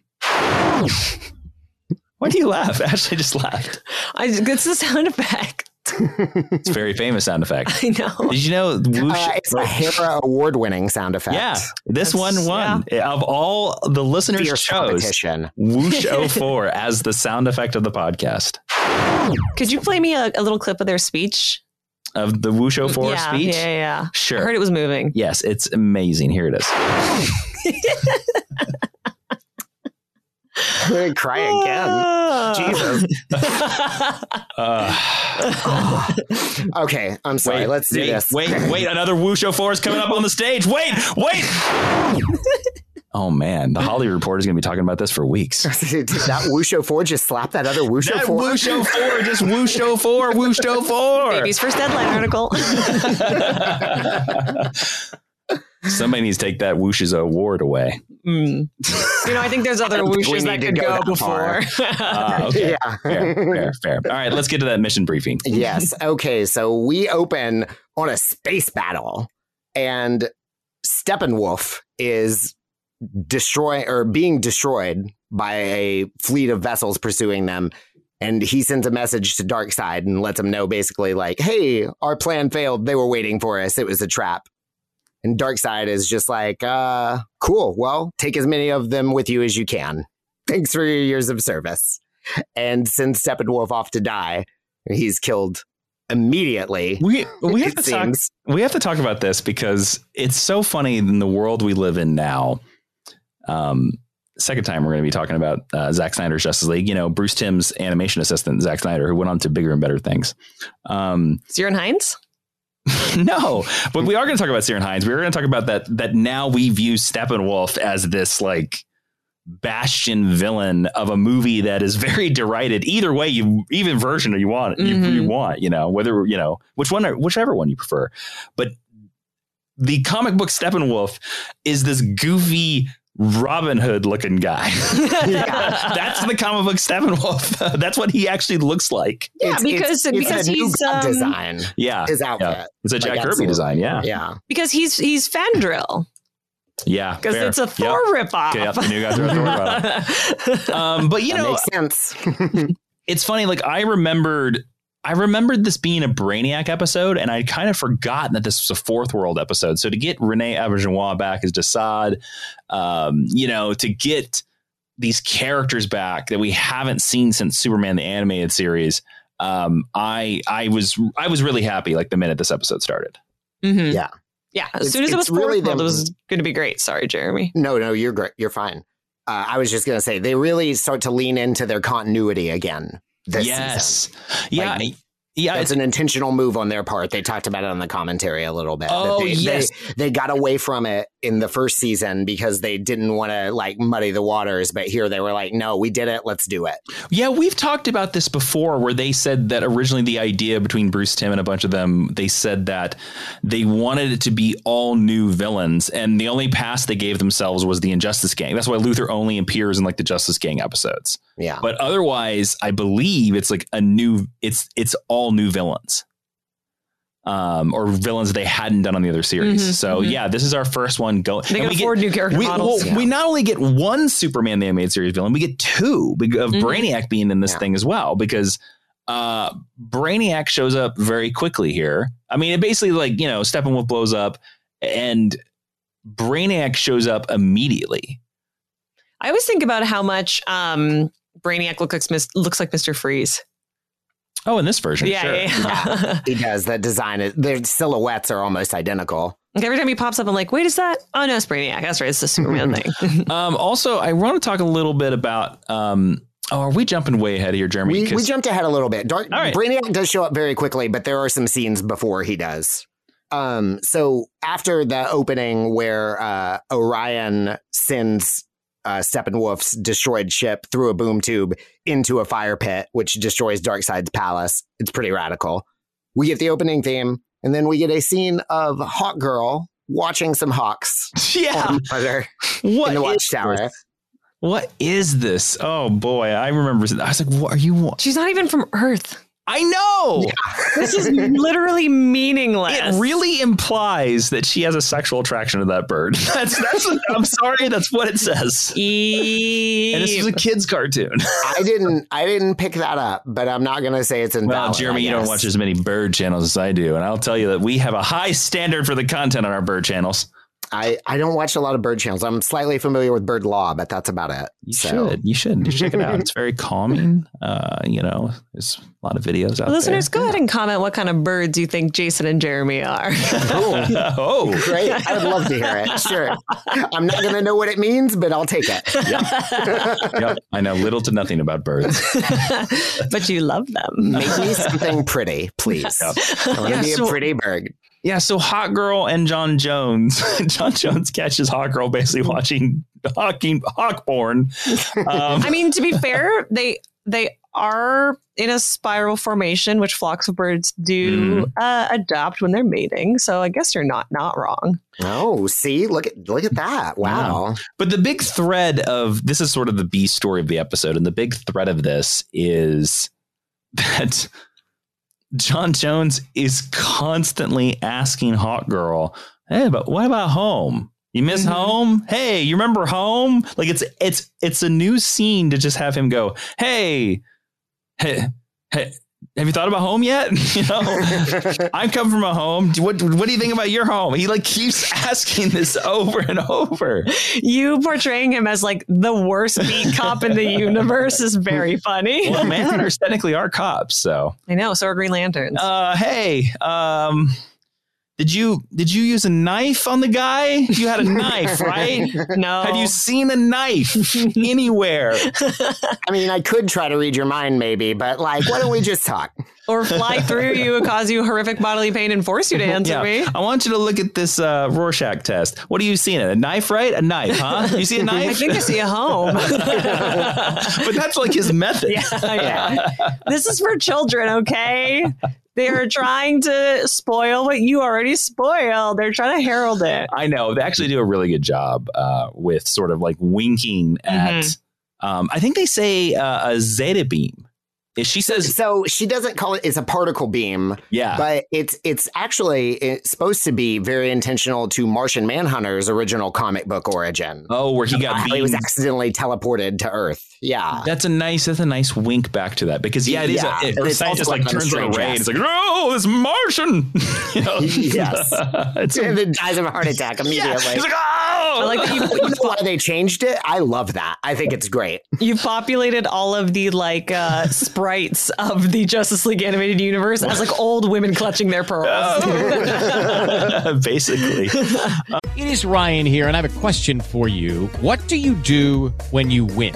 S1: Why do you laugh? (laughs) Ashley just laughed.
S2: (laughs) I, it's the sound effect. (laughs)
S1: It's a very famous sound effect.
S2: I know.
S1: Did you know? Whoosh,
S4: Uh, it's a Hera award winning sound effect.
S1: yeah, this
S2: That's-
S1: one won. Of all the listeners
S4: Fierce
S1: chose
S4: competition.
S2: (laughs)
S4: (laughs)
S1: Whoosh 04 as the sound effect of the podcast.
S2: Could you play me a, a little clip of their speech?
S1: Of the Whoosh 04
S2: yeah,
S1: speech?
S2: Yeah, yeah.
S1: Sure.
S2: I heard it was moving.
S1: Yes, it's amazing. Here it is.
S4: I'm gonna Cry again.
S1: Ah.
S4: Jesus.
S1: Uh,
S4: Okay, I'm sorry.
S1: wait,
S4: Let's do
S1: wait,
S4: this.
S1: Wait, wait, another Wusho 04 is coming up on the stage. Wait,
S4: (laughs)
S1: wait. oh man, the Hollywood Reporter is going to be talking about this for weeks.
S4: Did (laughs) that Wusho 4 just slap that other Wusho
S1: That
S4: 4?
S1: Wusho
S4: (laughs)
S1: 4, just Wusho 4, Wusho 4.
S2: (laughs) Baby's first deadline article.
S1: (laughs) Somebody needs to take that Woosh's award away.
S2: Mm. You know, I think there's
S1: (laughs)
S2: other
S4: don't think we
S2: whooshes
S4: need
S2: that
S4: to
S2: could
S4: go
S2: go,
S4: that far.
S2: before. (laughs)
S1: Ah, okay.
S4: (laughs) Yeah.
S1: Fair,
S4: (laughs)
S1: fair, fair. All right, let's get to that mission briefing.
S4: yes. Okay. So we open on a space battle, and Steppenwolf is destroying or being destroyed by a fleet of vessels pursuing them. And he sends a message to Darkseid and lets him know basically, like, hey, our plan failed. They were waiting for us. It was a trap. And Darkseid is just like, uh, cool. Well, take as many of them with you as you can. Thanks for your years of service. And sends Steppenwolf off to die. He's killed immediately.
S1: We we have
S4: it
S1: to talk
S4: seems.
S1: we have to talk about this because it's so funny in the world we live in now. Um, second time we're going to be talking about uh, Zack Snyder's Justice League. You know, Bruce Timm's animation assistant Zack Snyder, who went on to bigger and better things. Um, (laughs)
S2: Zirin Hines?
S1: no, but we are going to talk about Siren Hines. We are going to talk about that. That now we view Steppenwolf as this like bastion villain of a movie that is very derided. Either way, you even version you want, you, you
S2: Mhm.
S1: want, you know, whether you know which one, whichever one you prefer. But the comic book Steppenwolf is this goofy. Robin Hood looking guy.
S2: (laughs)
S1: (laughs) That's the comic book Steppenwolf. (laughs) That's what he actually looks like.
S2: Yeah,
S4: It's- it's-
S2: because-
S4: it's
S2: because
S4: a new
S2: he's,
S4: God
S2: um,
S4: design.
S1: Yeah.
S4: His outfit.
S1: It's a
S4: Like,
S1: Jack Kirby
S4: absolutely.
S1: design. Yeah.
S4: Yeah.
S2: (laughs) Because he's he's Fandrill.
S1: Yeah.
S2: Because
S1: fair.
S2: it's a
S1: Yep.
S2: Thor ripoff.
S1: Okay, yep,
S2: (laughs)
S1: the new guys are at Thor ripoff. (laughs) Um, but you
S4: that
S1: know,
S4: makes sense. (laughs)
S1: it's funny. Like I remembered, I remembered this being a Brainiac episode, and I kind of forgotten that this was a Fourth World episode. So to get Renee Auberginois back as Desaad, um, you know, to get these characters back that we haven't seen since Superman the animated series, um, I I was I was really happy. Like the minute this episode started.
S2: Mhm.
S4: Yeah.
S2: Yeah. As
S4: It's-
S2: soon as it
S4: it's
S2: was Thor
S4: really
S2: World,
S4: them-
S2: it was going to be great. Sorry, Jeremy.
S4: No, no, you're great. You're fine. Uh, I was just gonna say they really start to lean into their continuity again. This season.
S1: yes. Yeah.
S4: Like,
S1: yeah.
S4: that's
S1: it's-
S4: an intentional move on their part. They talked about it on the commentary a little bit. that
S1: Oh,
S4: they,
S1: yes.
S4: they, they got away from it in the first season because they didn't want to like muddy the waters. But here they were like, "No, we did it. Let's do it."
S1: Yeah, we've talked about this before where they said that originally the idea between Bruce Tim and a bunch of them, they said that they wanted it to be all new villains and the only pass they gave themselves was the Injustice Gang. That's why Luther only appears in like the Justice Gang episodes.
S4: Yeah,
S1: But otherwise, I believe it's like a new it's it's all new villains. Um, or villains they hadn't done on the other series.
S2: Mhm,
S1: so
S2: mhm.
S1: yeah, this is our first one going.
S2: They
S1: and
S2: can
S1: we get-
S2: afford new character
S1: we,
S2: models.
S1: well, we not only get one Superman the animated series villain, we get two be- of
S2: Mhm.
S1: Brainiac being in this
S4: Yeah.
S1: thing as well because uh, Brainiac shows up very quickly here. I mean, it basically like you know Steppenwolf blows up and Brainiac shows up immediately.
S2: I always think about how much um, Brainiac looks like, Mis- looks like Mr. Freeze.
S1: Oh, in this version,
S2: yeah,
S1: sure.
S2: yeah, (laughs) yeah.
S4: he does. That design, is- their silhouettes are almost identical.
S2: Like, every time he pops up, I'm like, wait, is that? Oh, no, it's Brainiac. That's right. It's the Superman thing.
S1: Um, also, I want to talk a little bit about. Um, oh, are we jumping way ahead of here, Jeremy?
S4: We,
S1: 'Cause-
S4: we jumped ahead a little bit. Dark
S1: All right.
S4: Brainiac does show up very quickly, but there are some scenes before he does. Um, so after the opening where uh, Orion sends uh, Steppenwolf's destroyed ship through a boom tube into a fire pit, which destroys Darkseid's palace, it's pretty radical. We get the opening theme, and then we get a scene of Hawk Girl watching some hawks
S1: (laughs)
S2: (laughs)
S1: yeah.
S4: on the monitor
S1: What
S4: in the
S1: is
S4: watchtower.
S1: this? What is this? Oh boy, I remember. I was like, "What are you?"
S2: She's not even from Earth.
S1: I know. (laughs)
S2: This
S4: (laughs)
S2: is literally meaningless.
S1: It really implies that she has a sexual attraction to that bird. (laughs) That's that's. I'm sorry. That's what it says.
S2: E-,
S1: And this was a kids' cartoon.
S4: I didn't. I didn't pick that up, but I'm not gonna say it's invalid.
S1: Well, Jeremy,
S4: I
S1: you don't
S4: guess.
S1: watch as many bird channels as I do, and I'll tell you that we have a high standard for the content on our bird channels.
S4: I I don't watch a lot of bird channels. I'm slightly familiar with bird law, but that's about it.
S1: You
S4: So-
S1: should. You should. You should check it out. It's very calming. Uh, you know, there's a lot of videos out
S2: Listeners,
S1: there.
S2: go ahead and comment what kind of birds you think Jason and Jeremy are.
S1: (laughs)
S2: (laughs)
S1: oh,
S4: Great. I would love to hear
S1: (laughs)
S4: it. Sure. I'm not going to know what it means, but I'll take it.
S1: yep. I know little to nothing about birds.
S2: but you love them.
S4: Make me something pretty, please.
S1: Yep.
S4: I want to
S1: Yeah,
S4: be
S1: so-
S4: a pretty bird.
S1: Yeah. So Hot Girl and John Jones. (laughs) John Jones catches Hot Girl basically watching hawking hawkborn. Um,
S2: I mean, to be fair, they they are in a spiral formation, which flocks of birds do
S1: Mm-hmm.
S2: uh, adopt when they're mating. So I guess you're not not wrong.
S4: Oh, see, look at look at that. Wow. (laughs)
S1: But the big thread of this is sort of the B story of the episode, and the big thread of this is (laughs) that John Jones is constantly asking Hot Girl, "Hey, but what about home? You miss home? Hey, you remember home? Like it's it's it's a new scene to just have him go, "Hey, hey, hey." Have you thought about home yet? (laughs) You
S4: (laughs)
S1: know, I come from a home. What What do you think about your home? He like keeps (laughs) asking this over and over.
S2: You portraying him as like the worst beat
S1: (laughs)
S2: cop in the universe is very funny.
S1: well, manhunters technically are cops, so.
S2: I know. So are Green Lanterns.
S1: Uh, hey, um, did you did you use a knife on the guy? You had a knife, right?
S2: no.
S1: Have you seen a knife anywhere?
S4: I mean, I could try to read your mind, maybe, but like, why don't we
S1: (laughs)
S4: just talk?
S2: or fly through you and cause you horrific bodily pain and force
S1: (laughs)
S2: you to answer me?
S1: I want you to look at this uh, Rorschach test. What are you seeing? A knife, right? A knife, huh? You see a knife?
S2: I think I see a home.
S1: (laughs) but that's like his method.
S2: yeah, (laughs) yeah. This is for children, okay? They are trying to spoil what you already spoiled. They're trying to herald it.
S1: I know they actually do a really good job uh, with sort of like winking at. Um, I think they say uh, a zeta beam. If she says,
S4: So she doesn't call it, it's a particle beam,
S1: yeah,
S4: but it's it's actually it's supposed to be very intentional to Martian Manhunter's original comic book origin.
S1: oh, where he got
S4: How he was
S1: beamed.
S4: accidentally teleported to Earth. (laughs) Yeah.
S1: That's a nice. That's a nice wink back to that because yeah, it is.
S4: Ah. Yeah,
S1: a, it,
S4: it's
S1: it's just
S4: also
S1: like
S4: like on
S1: turns on a
S4: Strange
S1: ray. And
S4: Ass.
S1: it's like no, this Martian. (laughs) you know?
S4: (laughs) Yes.
S1: (laughs) it's
S4: And
S1: a,
S4: then dies of a heart attack
S1: (laughs) yeah.
S4: immediately.
S1: He's like oh,
S2: I like that you,
S4: (laughs) you know why they changed it? I love that. I think it's great.
S2: you populated all of the like uh, sprites of the Justice League animated universe as like old women clutching their pearls.
S1: Oh, (laughs) basically.
S7: It is Ryan here, and I have a question for you. What do you do when you win?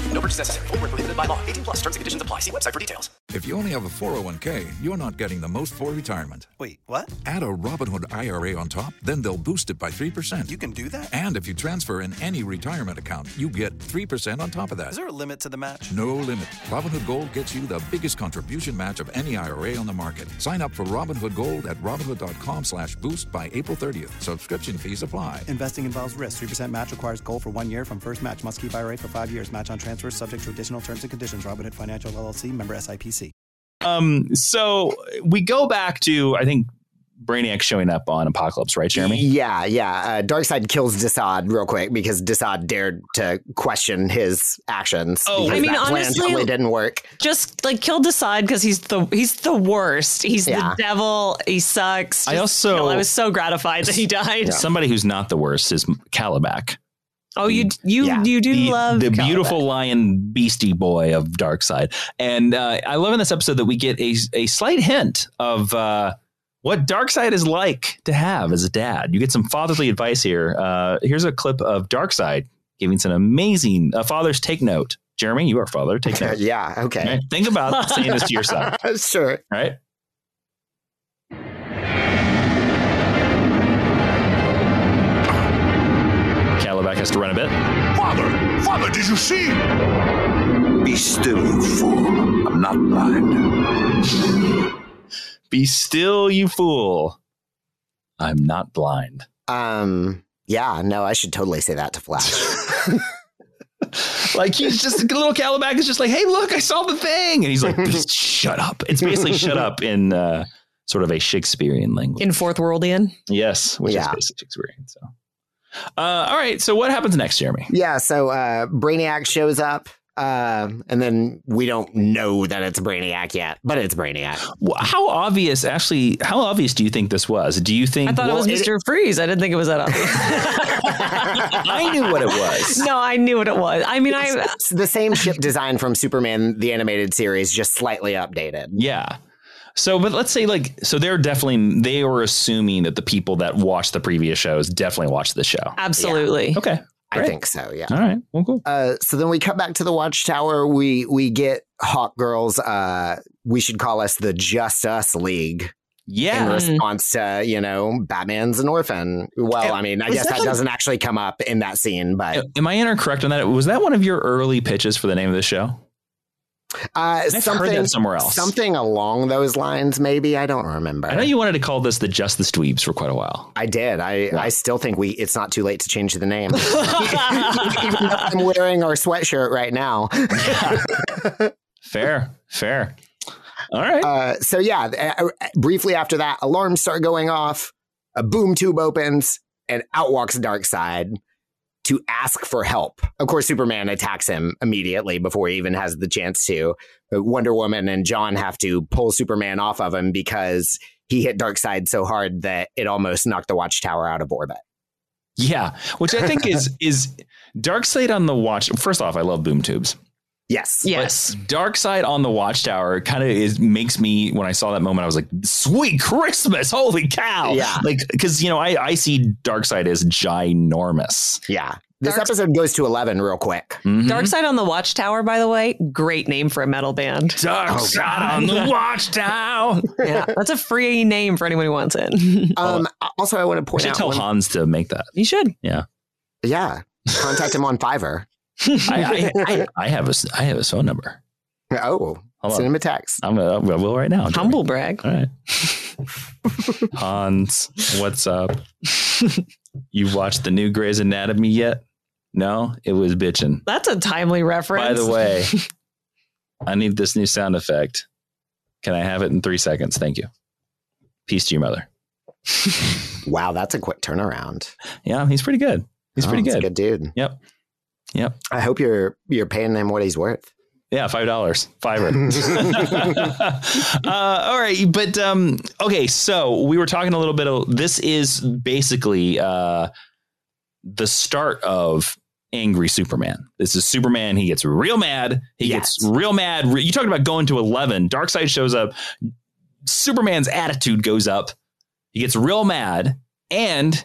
S6: No purchase necessary. Void where prohibited by law. 18 plus terms and conditions apply. See website for details.
S8: If you only have a 401k, you're not getting the most for retirement.
S6: Wait, what?
S8: Add a Robinhood IRA on top, then they'll boost it by 3%.
S6: You can do that?
S8: and if you transfer in any retirement account, you get 3% on top of that.
S6: Is there a limit to the match?
S8: No limit. Robinhood Gold gets you the biggest contribution match of any IRA on the market. Sign up for Robinhood Gold at Robinhood.com slash boost by April 30th. Subscription fees apply.
S6: Investing involves risk. 3% match requires gold for one year from first match. Must keep IRA for five years. Match on transfers subject to additional terms and conditions. Robinhood Financial LLC member SIPC.
S1: Um, so we go back to I think Brainiac showing up on Apocalypse, right, Jeremy?
S4: Yeah, yeah. Uh, Darkseid kills Desaad real quick because Desaad dared to question his actions.
S2: Oh,
S4: because
S2: I mean,
S4: that plan
S2: honestly-
S4: totally didn't work.
S2: Just like kill Desaad because he's the he's the worst. He's the
S4: Yeah.
S2: devil. He sucks.
S1: I
S2: Just
S1: also-
S2: kill. I was so gratified that he died.
S1: Somebody who's not the worst is Calabac.
S2: Oh, you you you do love
S1: the
S2: Calabac.
S1: beautiful lion beastie boy of Darkseid. And uh, I love in this episode that we get a, a slight hint of uh, what Darkseid is like to have as a dad. You get some fatherly advice here. Uh, here's a clip of Darkseid giving some amazing uh, fathers take note. Jeremy, you are a father. Take note.
S4: (laughs) yeah. Okay.
S1: Think about saying this to your son.
S4: (laughs) sure.
S1: Right. Calabac has to run a bit.
S9: Father, father, did you see? Be still, you fool. I'm not blind.
S1: Be still, you fool. I'm not blind.
S4: Um. Yeah. No, I should totally say that to Flash.
S1: Like he's just little Calabac is just like, hey, look, I saw the thing, and he's like,
S2: (laughs)
S1: "Just shut up. It's basically shut up in uh, sort of a Shakespearean language.
S2: in fourth worldian.
S1: Yes, which is
S4: Yeah.
S1: basically Shakespearean. So, uh, all right. So what happens next, Jeremy?
S4: yeah. So uh, Brainiac shows up, uh, and then we don't know that it's Brainiac yet, but it's
S1: (laughs)
S4: Brainiac.
S1: Wh- How obvious, actually? How obvious do you think this was? Do you think
S2: I thought
S1: Well,
S2: it was Mr. Freeze. I didn't think it was that obvious.
S1: (laughs) I knew what it
S2: (laughs)
S1: was.
S2: no, I knew what it was. I mean, I
S4: It's the same ship design from Superman the animated series, just slightly updated.
S1: Yeah. So, but let's say like, so they're definitely they were assuming that the people that watched the previous shows definitely watched the show.
S2: absolutely.
S1: Okay.
S4: I think so. Yeah.
S1: All right. Well, cool.
S4: Uh, so then we cut back to the Watchtower. We we get Hawk Girls. Uh, we should call us the Just Us League.
S1: Yeah.
S4: In response to you know Batman's an orphan. Well, I mean, I
S1: was
S4: guess
S1: that
S4: that
S1: the-
S4: doesn't actually come up in that scene, but
S1: Am I incorrect on that? Was that one of your early pitches for the name of the show?
S4: uh,
S1: heard
S4: something
S1: that somewhere else.
S4: something along those lines. Maybe I don't remember.
S1: I know you wanted to call this the Just the Dweebs for quite a
S4: (laughs)
S1: while.
S4: I did. I, I still think we. It's not too late to change
S1: (laughs)
S4: the name. (laughs) Even though I'm wearing our sweatshirt right now.
S1: Fair, fair. All right.
S4: Uh, so yeah, th- uh, briefly after that, alarms start going off. A boom tube opens, and out walks Darkseid to ask for help. Of course, Superman attacks him immediately before he even has the chance to. But Wonder Woman and John have to pull Superman off of him because he hit Darkseid so hard that it almost knocked the Watchtower out of orbit.
S1: Yeah, which I think
S4: (laughs)
S1: is is Darkseid on the watch. First off, I love boom tubes.
S4: Yes.
S2: Yes.
S1: Darkseid on the watchtower kind of is makes me when I saw that moment I was like sweet Christmas holy cow
S4: Yeah.
S1: like because you know I I see Darkseid as ginormous
S4: Yeah. This
S2: Darks-
S4: episode goes to 11
S1: (laughs)
S4: real quick.
S1: Mhm.
S2: Dark Side on the Watchtower, by the way, great name for a metal
S4: Oh,
S2: band.
S1: Darkseid on the (laughs) watchtower
S2: (laughs) yeah, that's a free name for anyone who wants it.
S4: Um, also, I want to
S1: I
S4: point
S1: should
S4: out.
S1: tell
S4: one-
S1: Hans to make
S4: (laughs)
S1: that
S2: (laughs) you should.
S1: yeah
S4: yeah. Contact him on Fiverr.
S1: I I, I, I have his I have his phone number
S4: Oh,
S1: (laughs) Hold
S4: send
S1: on.
S4: him a text.
S1: I'm gonna I will right now Jeremy.
S2: Humble brag.
S1: all right
S4: (laughs)
S1: Hans what's up you watched the new Grey's Anatomy yet no it was bitching
S2: That's a timely reference.
S1: By the way,
S4: (laughs)
S1: I need this new sound effect. Can I have it in three seconds? Thank you. Peace to your mother.
S4: Wow, that's a quick turnaround.
S1: Yeah, he's pretty good. He's
S4: Oh,
S1: pretty
S4: that's
S1: good.
S4: a good dude.
S1: Yep. Yep.
S4: I hope you're you're paying him what he's worth.
S1: Yeah, five dollars. Fiverr. (laughs) uh, all right, but um, okay. So we were talking a little bit. Of, this is basically uh, the start of angry Superman. This is Superman. He gets real mad. He
S4: Yes.
S1: gets real mad. Re- you talked about going to eleven. Darkseid shows up. Superman's attitude goes up. He gets real mad. And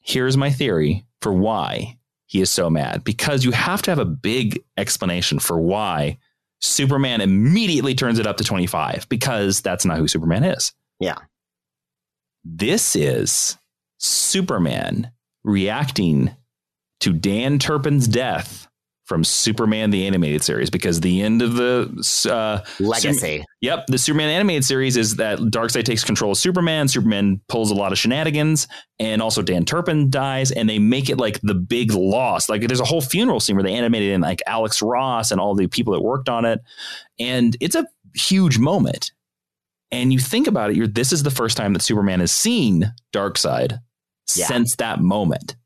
S1: here's my theory for why he is so mad because you have to have a big explanation for why Superman immediately turns it up to 25 because that's not who Superman is.
S4: Yeah.
S1: This is Superman reacting to Dan Turpin's death from Superman the animated series because the end of the uh,
S4: Legacy.
S1: Yep, the Superman animated series is that Darkseid takes control of Superman. Superman pulls a lot of shenanigans, and also Dan Turpin dies, and they make it like the big loss. Like there's a whole funeral scene where they animated in like Alex Ross and all the people that worked on it, and it's a huge moment. and you think about it, you're this is the first time that Superman has seen Darkseid
S4: Yeah.
S1: since that moment.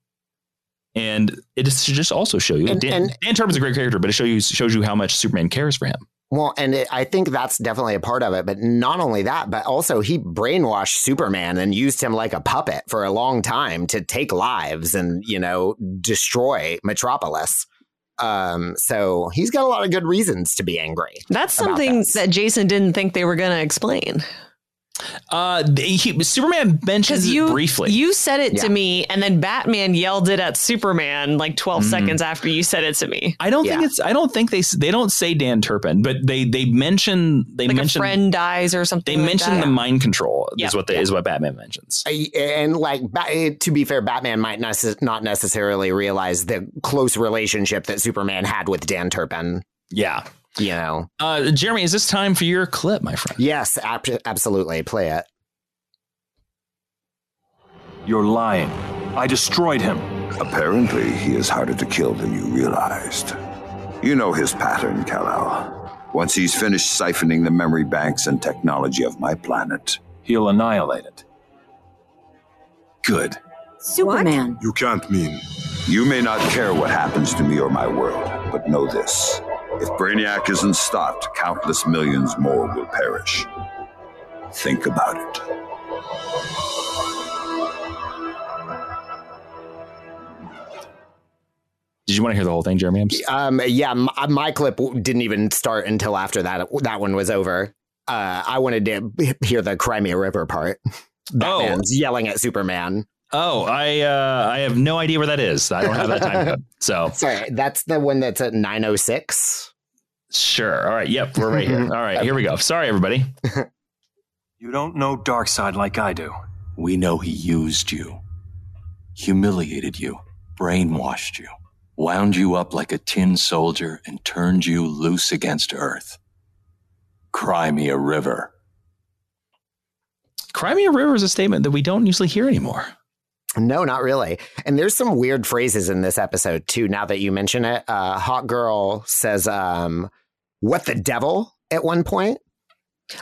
S1: And it is to just also show you
S4: And-
S1: Dan,
S4: and-
S1: Dan Turpin's a great character, but it show you shows you how much Superman cares for him.
S4: Well, and it, I think that's definitely a part of it. But not only that, but also he brainwashed Superman and used him like a puppet for a long time to take lives and, you know, destroy Metropolis. Um, so he's got a lot of good reasons to be angry.
S2: That's
S4: about
S2: something that Jason didn't think they were going to explain.
S1: Uh, they- he, Superman mentions
S2: you,
S1: it briefly.
S2: You said it
S1: Yeah.
S2: to me, and then Batman yelled it at Superman like 12
S4: Mm.
S1: Mhm.
S2: seconds after you said it to me.
S1: I don't think it's. I don't think they s- they don't say Dan Turpin, but they they mention they
S2: like
S1: mention
S2: a friend dies or something.
S1: they
S2: like
S1: mention
S2: that.
S1: the mind control
S2: Yeah.
S1: is what they, is what Batman mentions.
S4: I- and like ba- eh, to be fair batman might nece- not necessarily realize the close relationship that superman had with dan turpin
S1: yeah
S4: you know
S1: uh jeremy is this time for your clip my friend
S4: yes ab- absolutely play it
S10: You're lying. I destroyed him.
S9: Apparently, he is harder to kill than you realized. You know his pattern, Kal-El. Once he's finished siphoning the memory banks and technology of my planet,
S10: he'll annihilate it.
S9: Good.
S3: Superman.
S9: You can't mean. You may not care what happens to me or my world, but know this. If Brainiac isn't stopped, countless millions more will perish. Think about it.
S1: Did you want to hear the whole thing, Jeremy? I'm s-
S4: um yeah my, my clip w- didn't even start until after that that one was over uh i wanted to h- hear the crimea river part batman's yelling at superman
S1: oh, I uh, I have no idea where that is. I don't have that (laughs) time code. So
S4: sorry that's the one that's at 906
S1: sure. All right. Yep. We're right here. All right. Here we go. Sorry, everybody.
S10: You don't know Darkseid like I do. We know he used you, humiliated you, brainwashed you, wound you up like a tin soldier, and turned you loose against Earth. Cry me a river.
S1: Crimea River is a statement that we don't usually hear anymore.
S4: No, not really. And there's some weird phrases in this episode too. Now that you mention it, uh, Hot Girl says, um, "What the devil?" at one point.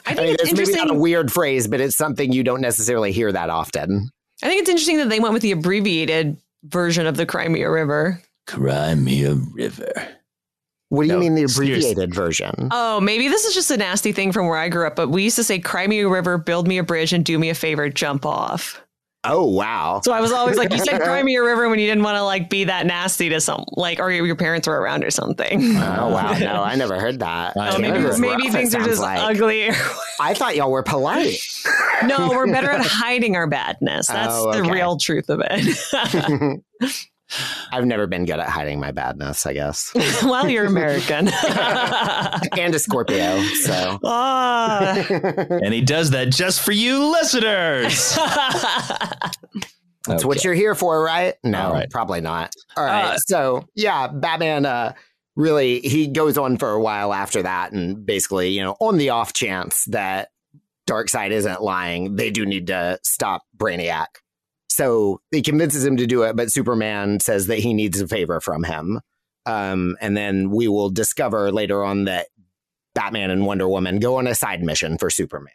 S2: I think it's
S4: maybe not a
S2: interesting-
S4: weird phrase, but it's something you don't necessarily hear that often.
S2: I think it's interesting that they went with the abbreviated version of the Crimea River.
S1: Crimea River.
S4: What do you
S1: No,
S4: mean the
S1: seriously.
S4: abbreviated version?
S2: Oh, maybe this is just a nasty thing from where I grew up, but we used to say Crimea River, build me a bridge and do me a favor, jump off.
S4: Oh wow!
S2: So I was always like, you
S4: (laughs)
S2: said Crimea River when you didn't want to like be that nasty to some like, or your parents were around or something. (laughs)
S4: Oh wow! No, I never heard that.
S2: Oh,
S4: I
S2: maybe
S4: never heard
S2: maybe
S4: that.
S2: things are
S4: Sounds
S2: just
S4: like-
S2: ugly.
S4: I thought y'all
S2: (laughs)
S4: were polite.
S1: (laughs)
S2: no, we're better at hiding our badness. That's
S4: Oh,
S2: the
S4: okay.
S2: real truth of it. (laughs)
S4: I've never been good at hiding my badness. I guess.
S2: well,
S1: (laughs)
S2: you're American.
S4: and a Scorpio, so.
S1: (laughs)
S2: Ah.
S1: And he does that just for you listeners.
S4: (laughs) (laughs) That's what you're here for, right? No,
S1: All right.
S4: probably not. All right. so, yeah, Batman uh really he goes on for a while after that and basically, you know, on the off chance that Darkseid isn't lying, they do need to stop Brainiac. So, he convinces him to do it, but Superman says that he needs a favor from him. Um and then we will discover later on that Batman and Wonder Woman go on a side mission for Superman.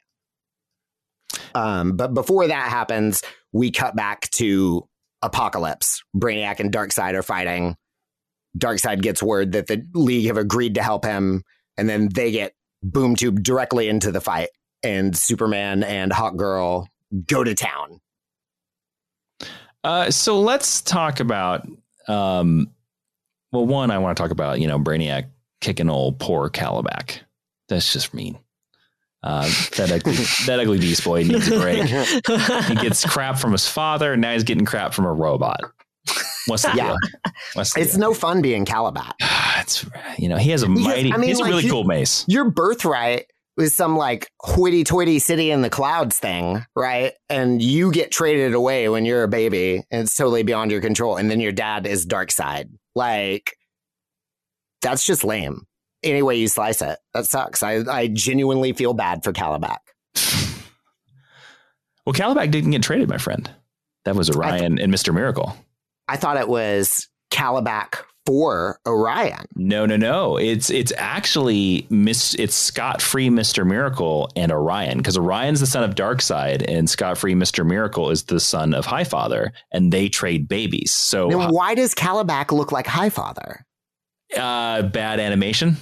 S4: Um, but before that happens, we cut back to Apocalypse. Brainiac and Darkseid are fighting. Darkseid gets word that the League have agreed to help him, and then they get boom tube directly into the fight. And Superman and Hot Girl go to town.
S1: Uh, so let's talk about. Um, well, one, I want to talk about you know Brainiac kicking old poor Calabac. That's just mean. Uh, that
S4: (laughs)
S1: ugly, that ugly beast boy needs a break. He gets crap from his father, and now he's getting crap from a robot. What's the
S4: Yeah.
S1: deal? What's the
S4: It's
S1: deal?
S4: no fun being Calabat.
S1: (sighs) It's- you know he has a
S4: Because,
S1: mighty.
S4: I mean,
S1: he has
S4: like,
S1: a really
S4: you-
S1: cool mace.
S4: Your birthright was some like hoity toity city in the clouds thing, right? And you get traded away when you're a baby and it's totally beyond your control. And then your dad is dark side. Like, that's just lame. Any way you slice it, that sucks. I, I genuinely feel bad for Calabac.
S1: Well, Calabac didn't get traded, my friend. That was Orion and Mister Miracle.
S4: I thought it was Calabac for Orion.
S1: No, no, no. It's it's actually Miss it's Scott Free Mr. Miracle and Orion because Orion's the son of Darkseid and Scott Free Mr. Miracle is the son of Highfather and they trade babies. So
S4: Then why does Calabac look like Highfather?
S1: uh bad animation.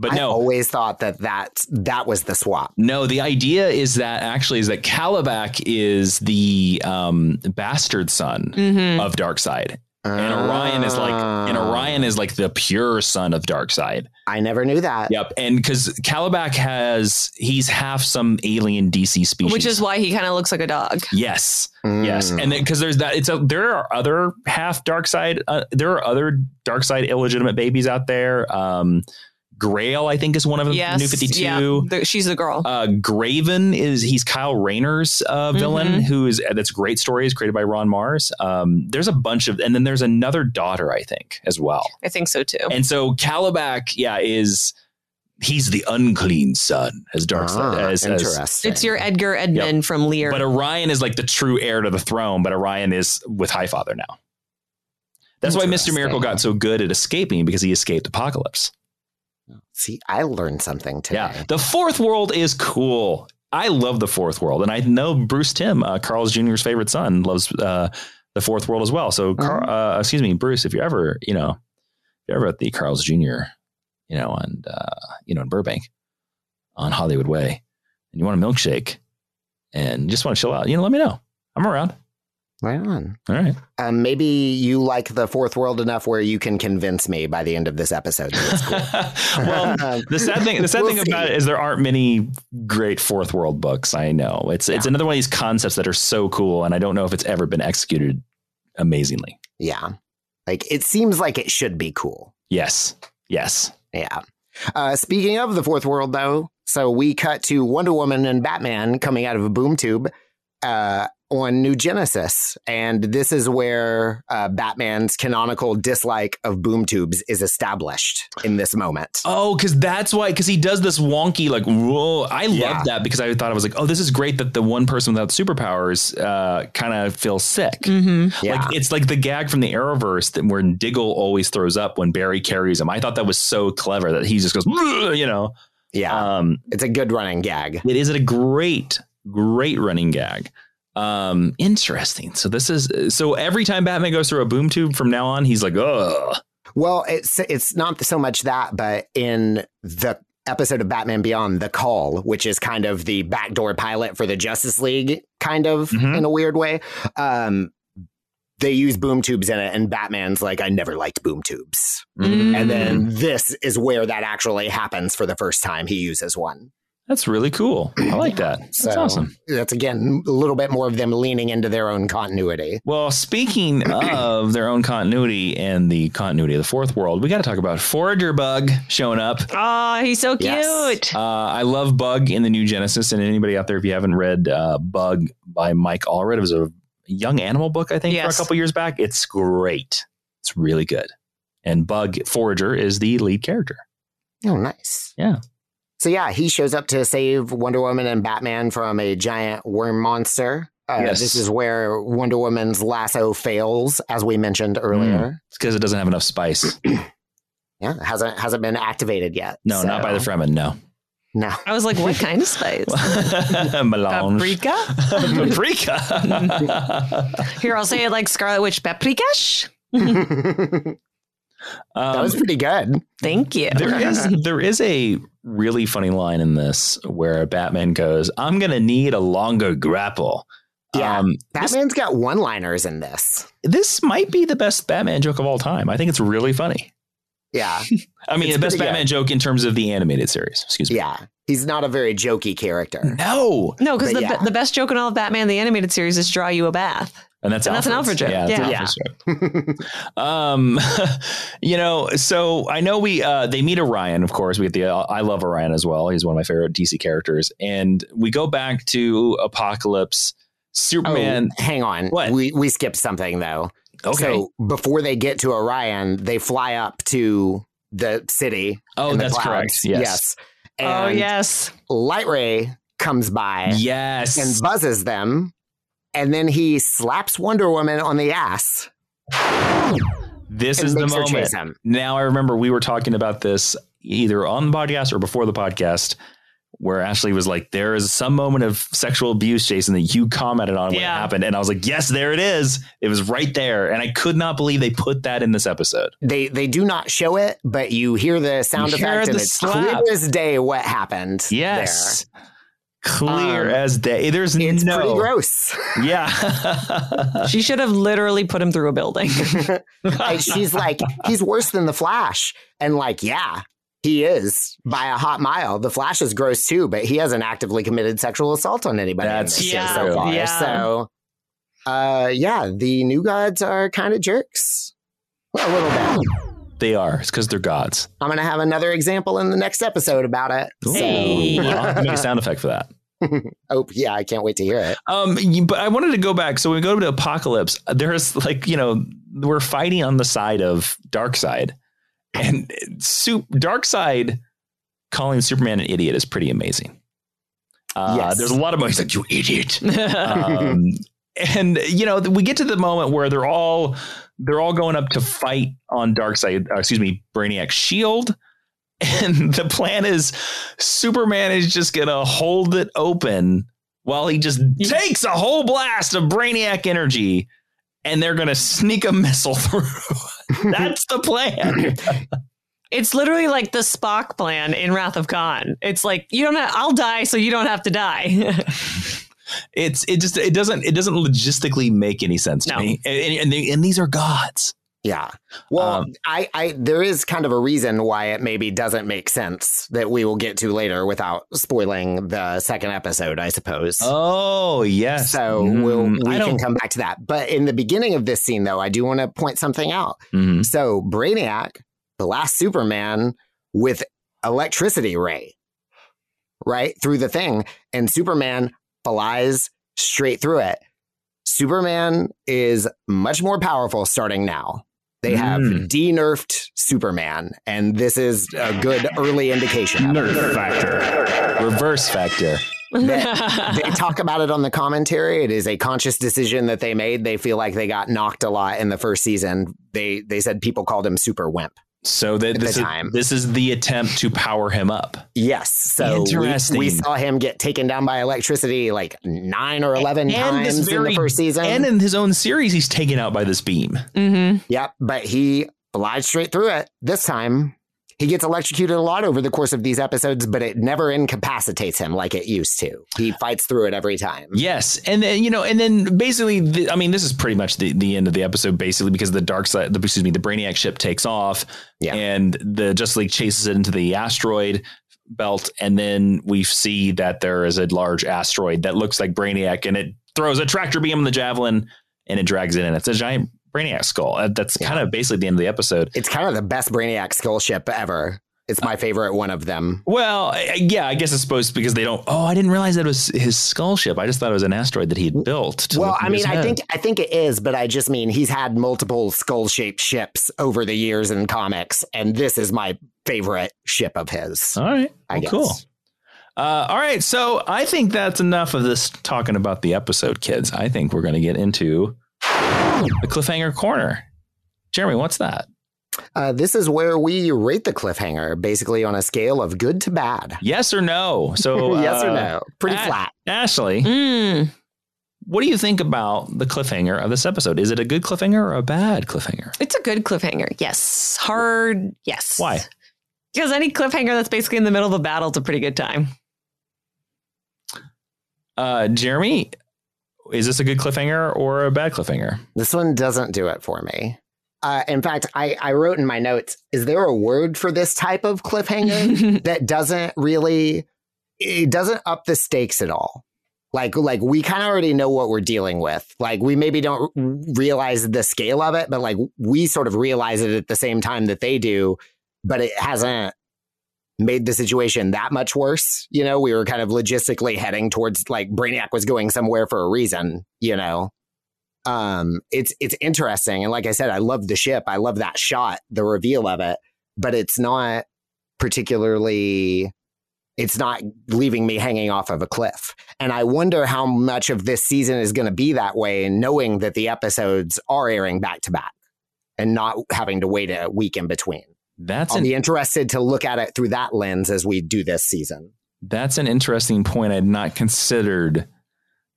S1: But
S4: I
S1: no.
S4: always thought that, that that was the swap.
S1: No, the idea is that actually is that Calabac is the um, bastard son
S4: Mm.
S2: Mhm.
S1: of Darkseid. And
S4: Ah.
S1: Orion is like and Orion is like the pure son of Darkseid.
S4: Uh, I never knew that.
S1: Yep. And because Calabac has he's half some alien DC species.
S2: Which is why he kind of looks like a dog.
S1: Yes. Yes.
S4: Mm. Hmm.
S1: And then because there's that it's a there are other half dark side uh, there are other dark side illegitimate babies out there. Um Grail, I think, is one of them.
S2: Yes,
S1: New Fifty
S2: yeah.
S1: Two.
S2: she's the girl.
S1: Uh, Graven is he's Kyle Rayner's uh, villain,
S2: Mhm.
S1: who is that's great stories created by Ron Mars. Um, there's a bunch of, and then there's another daughter, I think, as well.
S2: I think so too.
S1: And so Calabac, yeah, is he's the unclean son, as Dark
S4: Ah,
S1: as, as-
S4: interesting.
S2: it's your Edgar Edmund from Lear.
S1: But Orion is like the true heir to the throne, but Orion is with Highfather now. That's why Mr. Miracle got so good at escaping because he escaped apocalypse.
S4: See, I learned something today.
S1: Yeah. The fourth world is cool. I love the fourth world. And I know Bruce Tim, uh, Carl's Jr.'s favorite son, loves uh, the fourth world as well. So, Carl, uh, excuse me, Bruce, if you're ever, you know, if you're ever at the Carl's Jr., you know, and, uh, you know, in Burbank on Hollywood Way, and you want a milkshake and you just want to chill out, you know, let me know. I'm around.
S4: Right on.
S1: All right.
S4: Um, maybe you like the fourth world enough where you can convince me by the end of this episode. That it's (laughs) cool. Um,
S1: Well, the sad thing, the sad
S4: We'll
S1: thing
S4: see.
S1: about it is there aren't many great fourth world books. I know it's it's another one of these concepts that are so cool, and I don't know if it's ever been executed amazingly.
S4: Yeah. Like it seems like it should be cool.
S1: Yes. Yes.
S4: Yeah. Uh, speaking of the fourth world, though, so we cut to Wonder Woman and Batman coming out of a boom tube uh, on New Genesis. And this is where uh, Batman's canonical dislike of boom tubes is established in this moment.
S1: Oh, because that's why, because he does this wonky, like, whoa. I
S4: Yeah.
S1: love that because I thought I was like, oh, this is great that the one person without superpowers uh, kind of feels sick.
S2: Mhm.
S1: Like, it's like the gag from the Arrowverse that where Diggle always throws up when Barry carries him. I thought that was so clever that he just goes, "Bleh," you know.
S4: Yeah.
S1: Um,
S4: it's a good running gag.
S1: It is a great, great running gag. Um, interesting. So this is so every time Batman goes through a boom tube from now on, he's like, oh,
S4: Well, it's it's not so much that, but in the episode of Batman Beyond, The Call, which is kind of the backdoor pilot for the Justice League, kind of
S1: Mm-hmm.
S4: in a weird way, um, they use boom tubes in it, and Batman's like, I never liked boom tubes.
S1: Mhm.
S4: And then this is where that actually happens for the first time he uses one.
S1: that's really cool. I like that. That's
S4: So
S1: awesome.
S4: That's again a little bit more of them leaning into their own continuity.
S1: Well, speaking of their own continuity and the continuity of the fourth world, we got to talk about Forager Bug showing up.
S2: Oh, he's so cute.
S1: Uh, I love Bug in the New Genesis. And anybody out there, if you haven't read uh, Bug by Mike Allred, it was a young animal book, I think, for
S2: Yes.
S1: a couple years back. It's great. It's really good. And Bug Forager is the lead character.
S4: Oh, nice.
S1: Yeah.
S4: So yeah, he shows up to save Wonder Woman and Batman from a giant worm monster. Uh,
S1: Yes.
S4: This is where Wonder Woman's lasso fails, as we mentioned earlier.
S1: It's because it doesn't have enough
S4: (clears throat)
S1: spice.
S4: Yeah, it hasn't hasn't been activated yet.
S1: Mm. No, not by the
S4: so-
S1: Fremen. No.
S4: (laughs) No. (laughs)
S2: I
S1: (laughs)
S2: was like, what kind of spice?
S1: Melange. (laughs)
S2: Paprika?
S4: (laughs)
S1: Paprika.
S2: Here, I'll say it like Scarlet Witch paprikash.
S4: that was pretty good.
S2: Thank you.
S1: Um, there is there is a really funny line in this where Batman goes, "I'm gonna need a longer grapple."
S4: Yeah,
S1: Um,
S4: Batman's got one liners in this.
S1: this might be the best Batman joke of all time. I think it's really funny. (laughs)
S4: Yeah,
S1: I mean,
S4: It's
S1: the best
S4: pretty good.
S1: Batman joke in terms of the animated series. Excuse me.
S4: yeah. He's not a very jokey
S1: (laughs)
S4: character. (laughs)
S1: No.
S2: No, because
S4: But
S2: the,
S4: yeah.
S2: the best joke in all of Batman the animated series is draw you a bath.
S1: And that's
S2: And that's an
S1: Alfred's.
S2: Alfred joke.
S1: Yeah, that's Alfred's joke. um, (laughs) you know, so I know we uh, they meet Orion, of course. We get the uh, I love Orion as well. He's one of my favorite DC characters, and we go back to Apocalypse,
S4: Oh,
S1: Superman.
S4: hang on.
S1: What?
S4: We we skipped something though.
S1: Okay.
S4: So before they get to Orion, they fly up to the city.
S1: Oh,
S4: in the
S1: that's correct. Yes.
S4: yes.
S2: oh,
S4: And
S2: yes.
S4: Light Ray comes by
S1: Yes.
S4: and buzzes them, and then he slaps Wonder Woman on the ass.
S1: This
S4: It
S1: is the
S4: makes her
S1: moment.
S4: chase him.
S1: Now I remember we were talking about this either on the podcast or before the podcast, where Ashley was like, "There is some moment of sexual abuse, Jason, that you commented on when it happened," and I was like, "Yes, there it is. It was right there," and I could not believe they put that in this episode.
S4: They they do not show it, but you hear the sound
S1: You hear
S4: effect, and
S1: the
S4: it's
S1: slap.
S4: clear as day what happened.
S1: Yes.
S4: there.
S1: Clear as day. There's
S4: it's
S1: no
S4: pretty gross.
S1: (laughs)
S4: (laughs)
S1: Yeah, (laughs)
S2: she should have literally put him through a building. (laughs)
S4: And she's like, he's worse than the Flash, and like, yeah, he is by a hot mile. The Flash is gross too, but he hasn't actively committed sexual assault on anybody. in
S1: That's
S4: this show
S1: true.
S4: so far.
S1: Yeah.
S4: So, uh, yeah, the new gods are kind of jerks. Well, a little bit.
S1: they are. It's because they're gods.
S4: I'm gonna have another example in the next episode about it.
S1: Ooh, I'll make a
S4: So,
S1: sound effect for that.
S4: oh yeah, I can't wait to hear it.
S1: Um, you- but I wanted to go back. So when we go to Apocalypse, there's like you know we're fighting on the side of Dark Side, and Sup- Dark Side calling Superman an idiot is pretty amazing. Uh,
S10: Yes.
S1: There's a lot of moments like you idiot, um, and you know we get to the moment where they're all they're all going up to fight on Dark Side. excuse me, Brainiac Shield. And (laughs) the plan is Superman is just going to hold it open while he just takes a whole blast of brainiac energy and they're going to sneak a missile (laughs) through. That's the plan.
S2: It's literally like the Spock plan in Wrath of Khan. It's like you don't. Have, I'll die, so you don't have
S1: (laughs)
S2: to die.
S1: It's it just it doesn't it doesn't logistically make any sense to me. And and, and, they, and these are gods.
S4: Yeah. Well,
S1: Um,
S4: I, I there is kind of a reason why it maybe doesn't make sense that we will get to later without spoiling the second episode, I suppose.
S1: Oh yes. Mm,
S4: So we'll
S1: I
S4: we can
S1: don't-
S4: come back to that. But in the beginning of this scene though, I do want to point something out.
S1: Mm-hmm.
S4: So Brainiac, the last Superman with electricity ray, right? Through the thing, and Superman flies straight through it. Superman is much more powerful starting now. They have
S11: Mm.
S4: de-nerfed Superman, and this is a good early indication. of it.
S1: Nerf factor. Reverse factor.
S2: (laughs)
S4: They- they talk about it on the commentary. It is a conscious decision that they made. They feel like they got knocked a lot in the first season. They they said people called him Super Wimp.
S1: So that
S4: At
S1: this
S4: the
S1: is
S4: time.
S1: this is the attempt to power him up.
S4: Yes. So we-
S1: Interesting.
S4: We, saw him get taken down by electricity like nine or eleven
S1: And this
S4: times in
S1: very-
S4: the first season.
S1: And in his own series, he's taken out by this beam.
S2: Mm-hmm.
S4: Yep. But he lied straight through it this time. He gets electrocuted a lot over the course of these episodes, but it never incapacitates him like it used to. He fights through it every time.
S1: Yes, and then you know, and then basically, the, I mean, this is pretty much the, the end of the episode, basically, because the dark side, the, excuse me, the Brainiac ship takes off, and the Justice League chases it into the asteroid belt, and then we see that there is a large asteroid that looks like Brainiac, and it throws a tractor beam on the javelin, and it drags it in. It's a giant Brainiac skull. Uh, That's kind of basically the end of the episode.
S4: It's kind of the best Brainiac skull ship ever. It's my favorite one of them.
S1: Well, I- I- yeah, I guess it's supposed because they don't. Oh, I didn't realize that was his skull ship. I just thought it was an asteroid that he had built. to
S4: Well,
S1: look
S4: I
S1: into
S4: mean,
S1: his
S4: I
S1: head.
S4: think I think it is, but I just mean he's had multiple skull-shaped ships over the years in comics, and this is my favorite ship of his.
S1: All right,
S4: I
S1: Well,
S4: guess.
S1: Oh, cool. Uh, all right, so I think that's enough of this talking about the episode, kids. I think we're going to get into the cliffhanger corner. Jeremy, what's that?
S4: Uh, this is where we rate the cliffhanger, basically on a scale of good to bad.
S1: Yes or no? So
S4: (laughs) Yes or
S1: uh,
S4: no? Pretty
S1: A-
S4: flat.
S2: Mm.
S1: Ashley, what do you think about the cliffhanger of this episode? Is it a good cliffhanger or a bad cliffhanger?
S2: it's a good cliffhanger. Yes, hard. Yes.
S1: Why?
S2: Because any cliffhanger that's basically in the middle of a battle is a pretty good time.
S1: Uh, Jeremy, is this a good cliffhanger or a bad cliffhanger?
S4: This one doesn't do it for me. Uh, in fact, I, I wrote in my notes, is there a word for this type of cliffhanger that doesn't really it doesn't up the stakes at all? Like like we kind of already know what we're dealing with. Like we maybe don't r- realize the scale of it, but like we sort of realize it at the same time that they do, but it hasn't made the situation that much worse. You know, we were kind of logistically heading towards like Brainiac was going somewhere for a reason, you know. Um it's it's interesting and like I said I love the ship. I love that shot, the reveal of it, but it's not particularly it's not leaving me hanging off of a cliff. And I wonder how much of this season is going to be that way knowing that the episodes are airing back to back and not having to wait a week in between.
S1: That's
S4: I'll
S1: an-
S4: be interested to look at it through that lens as we do this season.
S1: That's an interesting point. I had not considered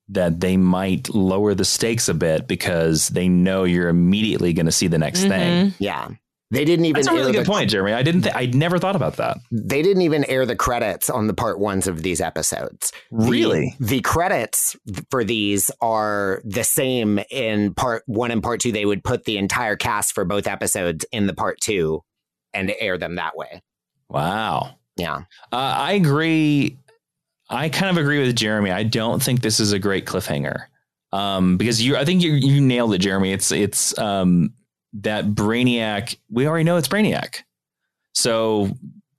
S1: that they might lower the stakes a bit because they know you're immediately going to see the next
S2: Mm-hmm.
S1: thing.
S4: Mhm. Yeah. They didn't even
S1: That's a really
S4: air
S1: good
S4: the-
S1: point, Jeremy. I didn't. Th- I never thought about that.
S4: They didn't even air the credits on the part ones of these episodes. The-
S1: Really?
S4: The credits for these are the same in part one and part two. They would put the entire cast for both episodes in the part two and air them that way.
S1: Wow.
S4: Yeah.
S1: Uh, I agree. I kind of agree with Jeremy. I don't think this is a great cliffhanger um, because you. I think you you nailed it, Jeremy. It's it's um, that Brainiac. We already know it's Brainiac. So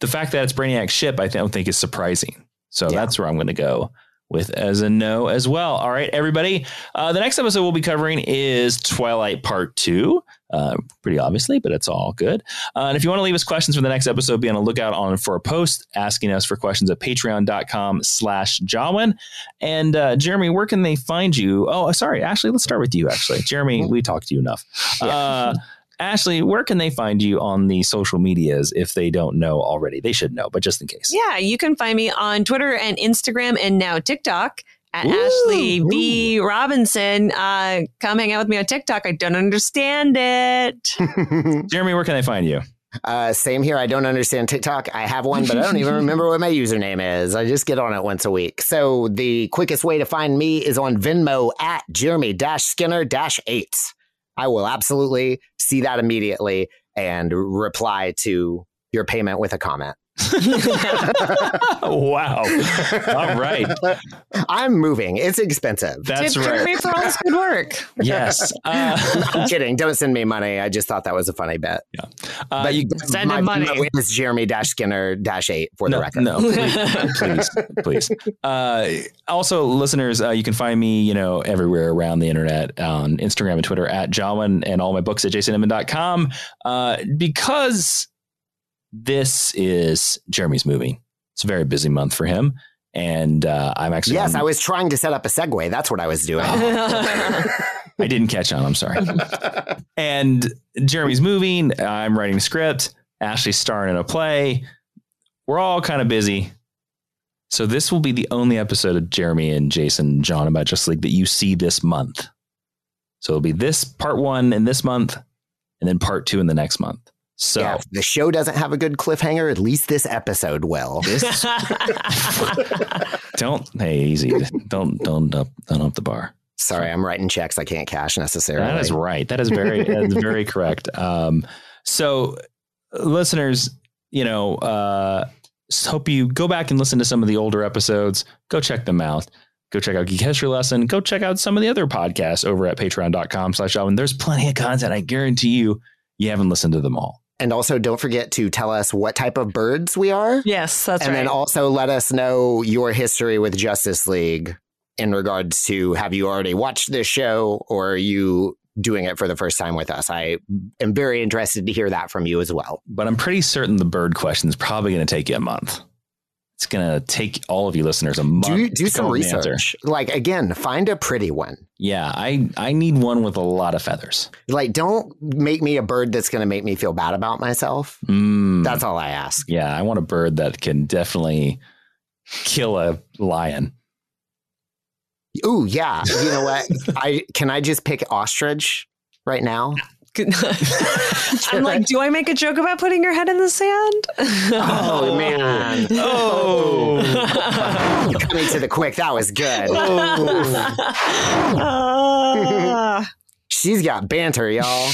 S1: the fact that it's Brainiac's ship, I don't think is surprising. So that's where I'm going to go with as a no as well. All right, everybody. Uh, the next episode we'll be covering is Twilight Part Two. Uh, pretty obviously, but it's all good. Uh, and if you want to leave us questions for the next episode, be on the lookout on for a post asking us for questions at patreon.com slash Jawin. And uh, Jeremy, where can they find you? Oh, sorry, Ashley, let's start with you, actually. Jeremy, we talked to you enough. Uh, Ashley, where can they find you on the social medias if they don't know already? They should know, but just in case.
S2: Yeah, you can find me on Twitter and Instagram and now TikTok at Ashley B. Robinson. Uh, come hang out with me on TikTok. I don't understand it.
S1: Jeremy, where can they find you?
S4: Uh, same here. I don't understand TikTok. I have one, but I don't even remember what my username is. I just get on it once a week. So the quickest way to find me is on Venmo at Jeremy Skinner 8. I will absolutely see that immediately and reply to your payment with a comment.
S1: wow. (laughs) All right.
S4: I'm moving. It's expensive.
S1: That's Tip Jeremy right.
S2: for all this good work. (laughs)
S1: Yes. Uh,
S4: I'm kidding. Don't send me money. I just thought that was a funny bit.
S1: Yeah.
S4: but
S1: you-
S4: send my, money. It's Jeremy Skinner 8 for
S1: no,
S4: the record.
S1: No, please, please. please. Uh, also, listeners, uh, you can find me, you know, everywhere around the internet on Instagram and Twitter at Jawin and all my books at jasonemmon.com uh, because this is Jeremy's movie. It's a very busy month for him. And uh, I'm actually.
S4: Yes,
S1: on-
S4: I was trying to set up a segue. That's what I was doing.
S1: Oh, I didn't catch on. I'm sorry. and Jeremy's moving. I'm writing script. Ashley's starring in a play. We're all kind of busy. So this will be the only episode of Jeremy and Jason John about Just League that you see this month. So it'll be this part one in this month, and then part two in the next month. So
S4: Yeah, if the show doesn't have a good cliffhanger. At least this episode will.
S1: This- don't hey easy. Don't don't up don't up the bar.
S4: (laughs) Sorry, I'm writing checks I can't cash necessarily.
S1: That is right. That is very that is very correct. Um, so, listeners, you know, uh, s- hope you go back and listen to some of the older episodes. Go check them out. Go check out Geek History Lesson. Go check out some of the other podcasts over at patreon.com slash Alvin. There's plenty of content. I guarantee you, you haven't listened to them all.
S4: And also, don't forget to tell us what type of birds we are.
S2: Yes, that's
S4: and
S2: right.
S4: then also let us know your history with Justice League in regards to have you already watched this show or are you doing it for the first time with us? I am very interested to hear that from you as well.
S1: But I'm pretty certain the bird question is probably going to take you a month. It's going to take all of you listeners a month.
S4: Do you
S1: to
S4: do some
S1: come up with an answer.
S4: research? Like again, find a pretty one.
S1: Yeah, I I need one with a lot of feathers.
S4: Like, don't make me a bird that's going to make me feel bad about myself.
S1: Mm.
S4: That's all I ask.
S1: Yeah, I want a bird that can definitely kill a lion.
S4: Ooh, yeah. You know (laughs) what? I can I just pick ostrich right now?
S2: (laughs)
S4: (laughs)
S2: I'm like, do I make a joke about putting your head in the sand? (laughs)
S4: Oh man! Oh, you coming to the quick. That was good. (laughs)
S2: Ah.
S4: She's got banter, y'all.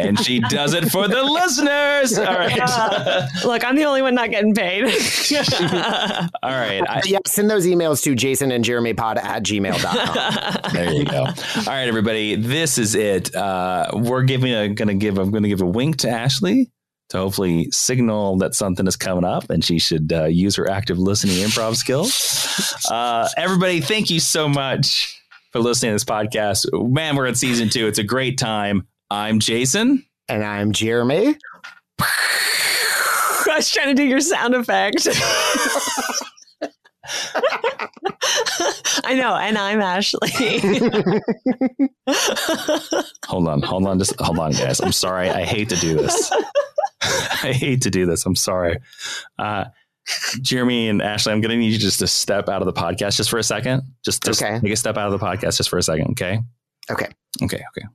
S1: and she does it for the listeners. All right.
S2: Look, I'm the only one not getting paid.
S1: (laughs)
S4: (laughs)
S1: All right. I,
S4: yeah, send those emails to Jason and Jeremy Pod
S1: (laughs)
S4: at gmail.com.
S1: there you go. All right, everybody. This is it. Uh, we're giving a gonna give. I'm gonna give a wink to Ashley to hopefully signal that something is coming up, and she should uh, use her active listening improv skills. Uh, everybody, thank you so much for listening to this podcast. Man, we're at season two. It's a great time. I'm Jason,
S4: and I'm Jeremy.
S2: (laughs) I was trying to do your sound effect. (laughs) I know, and I'm Ashley.
S1: Hold on, hold on, just hold on, guys. I'm sorry. I hate to do
S4: (laughs)
S1: this. I hate to do this. I'm sorry. Uh, Jeremy and Ashley, I'm going to need you just to step out of the podcast just for a second. Just, just
S4: Okay.
S1: take a step out of the podcast just for a second. Okay.
S4: Okay.
S1: Okay. Okay.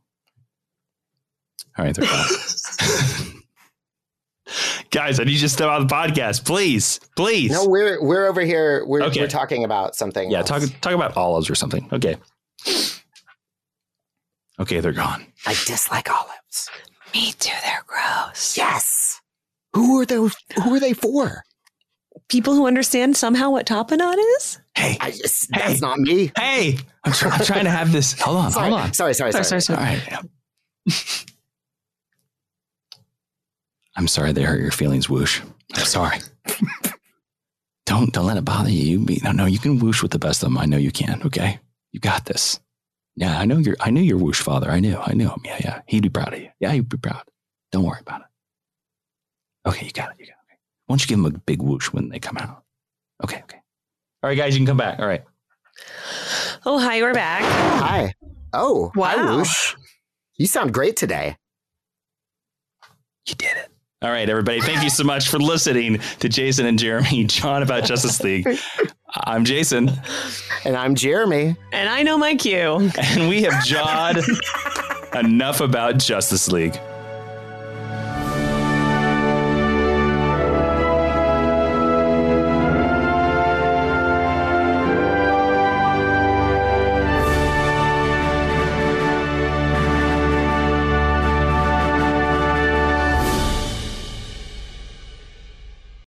S1: All right. They're gone. (laughs) guys, I need you to step out of the podcast, please, please.
S4: No, we're we're over here. We're,
S1: Okay.
S4: we're talking about something.
S1: yeah.
S4: else.
S1: Talk talk about olives or something. Okay. Okay, they're gone.
S4: I dislike olives.
S2: Me too. They're gross.
S4: Yes. Who are those? Who are they for?
S2: People who understand somehow what tapenade is.
S1: Hey,
S4: I just, that's not me.
S1: Hey, I'm, try- I'm trying to have this. Hold on,
S4: Sorry.
S1: hold on.
S4: Sorry, sorry, sorry.
S1: All right. (laughs) I'm sorry they hurt your feelings, whoosh. I'm sorry. (laughs) don't don't let it bother you. You be- No, no, you can whoosh with the best of them. I know you can. Okay, you got this. Yeah, I know your I knew your whoosh father. I knew. I knew him. Yeah, yeah. He'd be proud of you. Yeah, he'd be proud. Don't worry about it. Okay, you got it. You got it. Okay. Why don't you give them a big whoosh when they come out? Okay, okay. All right, guys, you can come back. All right.
S2: Oh, hi, we're back.
S4: Hi. Oh, hi,
S2: Wow.
S4: Woosh. You sound great today.
S1: All right, everybody. Thank you so much for listening to Jason and Jeremy, (laughs) John about Justice League. I'm Jason.
S4: And I'm Jeremy.
S2: And I know my cue.
S1: And we have jawed enough about Justice League.